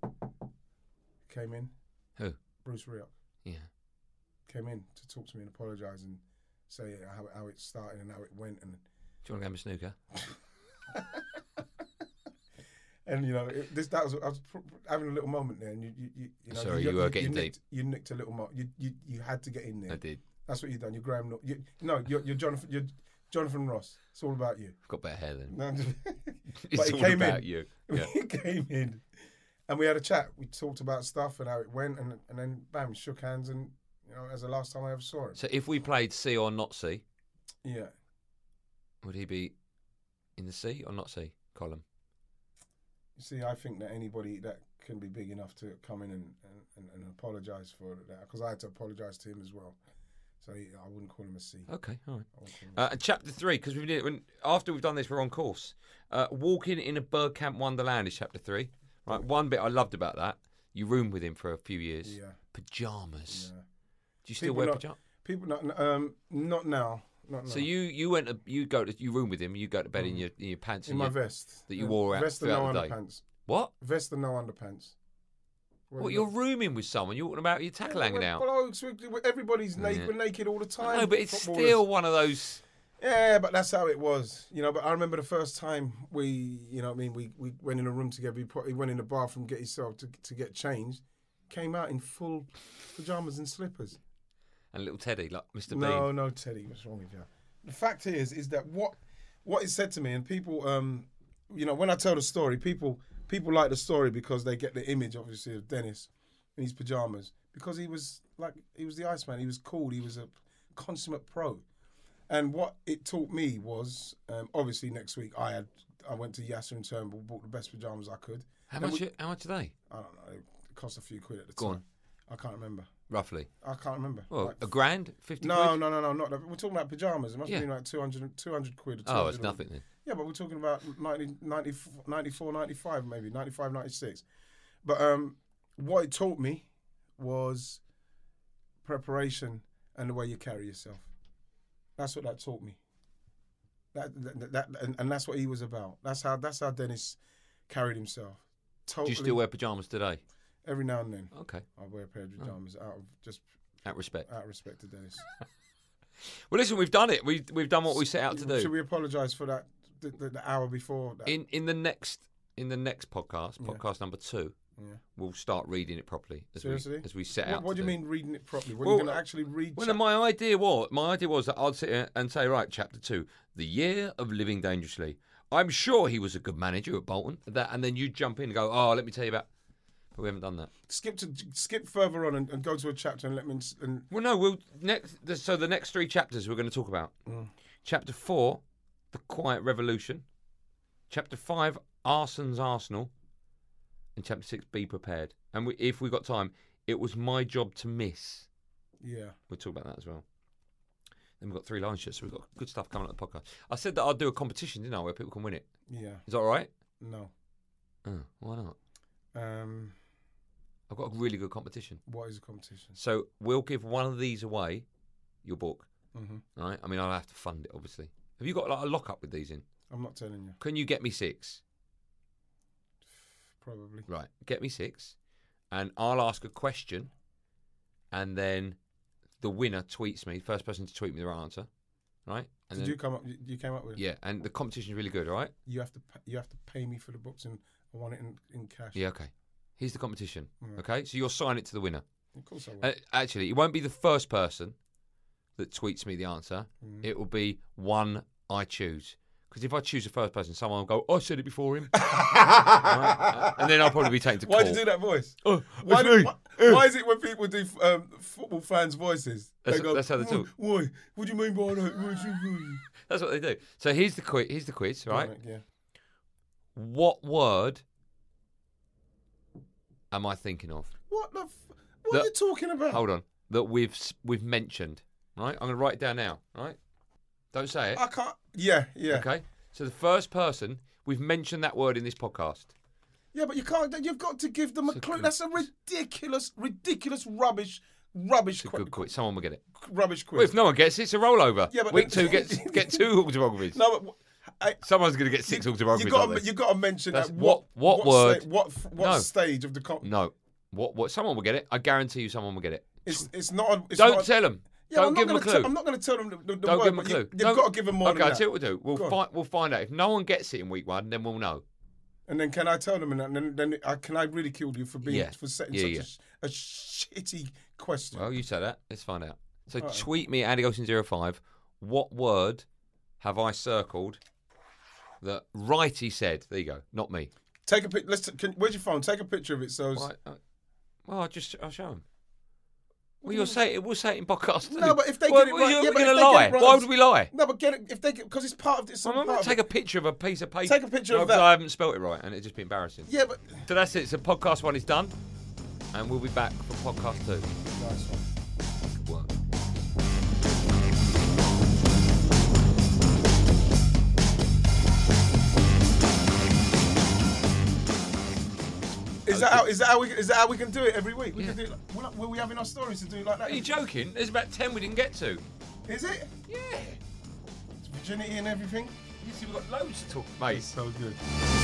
C: Came in.
A: Who?
C: Bruce Rioch
A: Yeah.
C: came in to talk to me and apologise and say how, how it started and how it went and
A: Do you want to go with snooker?
C: and you know it, this that was I was pr- pr- having a little moment there and you you, you, you know
A: Sorry, you were getting
C: nicked, you nicked a little moment you, you you had to get in
A: I
C: there
A: did.
C: that's what you've done you're Graham Nor- you, no you're, you're Jonathan you're Jonathan Ross it's all about you
A: I've got better hair than.
C: No, I'm just-
A: It's
C: he
A: all
C: came in.
A: about you. Yeah.
C: we came in and we had a chat we talked about stuff and how it went and and then bam shook hands and you know as the last time I ever saw him
A: So if we played C or not C,
C: yeah
A: would he be in the C or not C column?
C: You see, I think that anybody that can be big enough to come in and, and, and apologise for that, because I had to apologise to him as well. So he, I wouldn't call him a C.
A: Okay, all right.
C: I would call him-
A: Uh, and chapter three, because we did when, after we've done this, we're on course. Uh, Walking in a Bergkamp Wonderland is chapter three. Right, one bit I loved about that. You roomed with him for a few years.
C: Yeah,
A: Pajamas.
C: yeah.
A: Do you still
C: People
A: wear
C: not-
A: pajamas?
C: People, not, um, not now, not now.
A: So you you went to, you go to you room with him. You go to bed in your in your pants.
C: Mm. in
A: and
C: my
A: your,
C: vest
A: that you
C: Um,
A: wore out
C: vest and no
A: throughout the day.
C: underpants,
A: what?
C: vest and no underpants.
A: What? You're rooming with someone? You're talking about your tackle hanging out?
C: Blokes, we, we- everybody's naked.
A: Yeah.
C: We're naked all the time.
A: No, but it's
C: footballers.
A: still one of those.
C: Yeah, but that's how it was, you know. But I remember the first time we, you know, what I mean, we, we went in a room together. He probably went in the bathroom, get himself to, to get changed, came out in full pajamas and slippers.
A: And little Teddy, like Mr.
C: No,
A: Bean.
C: no, Teddy, what's wrong with you? The fact is, is that what what is said to me, and people, um, you know, when I tell the story, people people like the story because they get the image, obviously, of Dennis in his pajamas because he was like he was the Iceman. He was cool. He was a consummate pro. And what it taught me was, um, obviously, next week I had I went to Yasser and Turnbull, bought the best pajamas I could.
A: How much? are- how much are they?
C: I don't know, it cost a few quid at the
A: Go
C: time.
A: on.
C: I can't remember.
A: Roughly.
C: I can't remember.
A: Well,
C: Like
A: a grand, fifty.
C: no,
A: quid?
C: no, no, no, not that. We're talking about pajamas. It must
A: Yeah.
C: have been like 200, 200 quid. Or 200
A: Oh, it's
C: or-
A: nothing then.
C: Yeah, but we're talking about 90, 90, 94, 95 maybe, 95, 96. But um, what it taught me was preparation and the way you carry yourself. That's what that taught me. That, that, that and, and that's what he was about. That's how that's how Dennis carried himself.
A: Do
C: Totally.
A: you still wear Oh. pajamas today?
C: every now and then
A: Okay,
C: I wear a pair of pajamas out of just
A: out of respect.
C: out of respect to Dennis.
A: Well, listen, we've done it. We've we've done what we set out to
C: Should
A: do.
C: we uh, apologise for that? The, the, the hour before that.
A: In in the next in the next podcast, podcast number two,
C: Yeah.
A: we'll start reading it properly as
C: Seriously?
A: we as we set
C: what,
A: out.
C: what
A: to
C: do you mean reading it properly? When
A: Well,
C: you're going to actually read?
A: Well,
C: chap-
A: then my idea was my idea was that I'd sit here and say, right, chapter two, the year of living dangerously. I'm sure he was a good manager at Bolton. That, and then you jump in and go, oh, let me tell you about. But we haven't done that.
C: skip to skip further on and, and go to a chapter and let me. s- And
A: Well, no, we'll next. the- So the next three chapters we're going to talk about. Chapter four, the Quiet Revolution. Chapter five, Arson's Arsenal. And chapter six, be prepared. And we, if we got time, it was my job to miss.
C: yeah,
A: We'll talk about that as well. Then we've got three line shirts, so we've got good stuff coming up the podcast. I said that I'd do a competition, didn't I, where people can win it.
C: yeah,
A: Is that all right?
C: no.
A: Oh, why not?
C: Um,
A: I've got a really good competition.
C: what is a competition?
A: So we'll give one of these away, your book.
C: hmm
A: All right? I mean, I'll have to fund it, obviously. Have you got like a lock up with these in?
C: I'm not telling you.
A: Can you get me six?
C: Probably.
A: Right, get me six, and I'll ask a question, and then the winner tweets me. First person to tweet me their answer, right? And
C: Did
A: then,
C: you come up? you- You came up with? it?
A: yeah, and the competition's really good, all right?
C: You have to. pa- You have to pay me for the books, and I want it in, in cash.
A: Yeah, okay. Here's the competition.
C: Right.
A: Okay, so you'll sign it to the winner.
C: Of course I
A: Uh,
C: will.
A: actually, it won't be the first person that tweets me the answer.
C: Mm.
A: It will be one I choose. Because if I choose the first person, someone will go, "I said it before him," Right? and then I'll probably be taken to
C: Why'd
A: court.
C: you do that voice?
A: Oh,
C: Why
A: it's me.
C: why- Why is it when people do um, football fans' voices?
A: That's- that's how they talk.
C: "Why? Why? What do you mean by that? What do you mean?"
A: That's what they do. So here's the quiz. Here's the quiz, right?
C: Yeah.
A: What word am I thinking of?
C: What the? F- what are
A: The-
C: you talking about?
A: Hold on, that we've s- we've mentioned, right? I'm gonna write it down now, right? Don't say it.
C: I can't. Yeah, yeah,
A: Okay. So the first person we've mentioned that word in this podcast.
C: yeah. But you can't. You've got to give them a
A: It's a
C: clue.
A: good-
C: That's a ridiculous, ridiculous rubbish, rubbish,
A: It's a
C: qu-
A: good quiz. Someone will get it.
C: rubbish quiz.
A: Well, if no one gets it, it's a rollover.
C: Yeah, but
A: Week
C: then-
A: two gets get two autobiographies.
C: no, but wh- I,
A: Someone's gonna get six autobiographies.
C: you
A: aren't
C: got
A: they?
C: to you got to mention
A: That's
C: that
A: what-
C: what
A: what
C: sta-
A: word?
C: what f- what
A: No.
C: stage of the com-
A: No. What? What? Someone will get it. I guarantee you, someone will get it.
C: It's it's not. A, it's
A: Don't
C: not a-
A: tell them.
C: Yeah,
A: Don't
C: I'm not
A: give them a
C: gonna
A: clue.
C: Tell, I'm not going to tell them the, the the
A: Don't give
C: word.
A: them a
C: but you-
A: clue.
C: You've
A: Don't-
C: got to give them more
A: Okay,
C: than
A: I'll
C: that.
A: tell you what we'll do.
C: Go
A: We'll
C: on.
A: find. We'll find out. If no one gets it in week one, then we'll know.
C: And then can I tell them? And then- then then I, can I ridicule you for being
A: Yeah.
C: for setting
A: Yeah,
C: such
A: yeah.
C: A, sh- a shitty question?
A: Well, you say that. Let's find out. So
C: Alright.
A: tweet me at AndyGolson05. What word have I circled that Righty said? There you go. Not me.
C: Take a pic. Let's. Can, where's your phone? Take a picture of it. So. it's-
A: Well, I, I, uh, well, I'll just I'll show him. Well, you'll say it. We'll say it in podcast. too.
C: No, but if they
A: Well,
C: get it
A: we're
C: right, yeah, but
A: gonna
C: if they get it
A: lie.
C: right,
A: Why
C: I'm-
A: would we lie?
C: No, but get it if they because it's part of this.
A: I'm
C: part
A: going
C: of
A: to take a
C: it.
A: picture of a piece of paper.
C: Take a picture
A: No,
C: of
A: because
C: that.
A: I haven't spelt it right, and it'd just be embarrassing.
C: Yeah, but.
A: So that's it. So podcast one is done, and we'll be back for podcast two.
C: Nice one.
A: Good work.
C: Is that how? Is that how we? Is that how we can do it every week? We can do
A: Yeah.
C: it. Like, will, will we have enough stories to do it like that?
A: Are you joking? There's about ten we didn't get to.
C: Is it?
A: Yeah.
C: It's virginity and everything.
A: You see, we've got loads to talk, mate.
C: so good.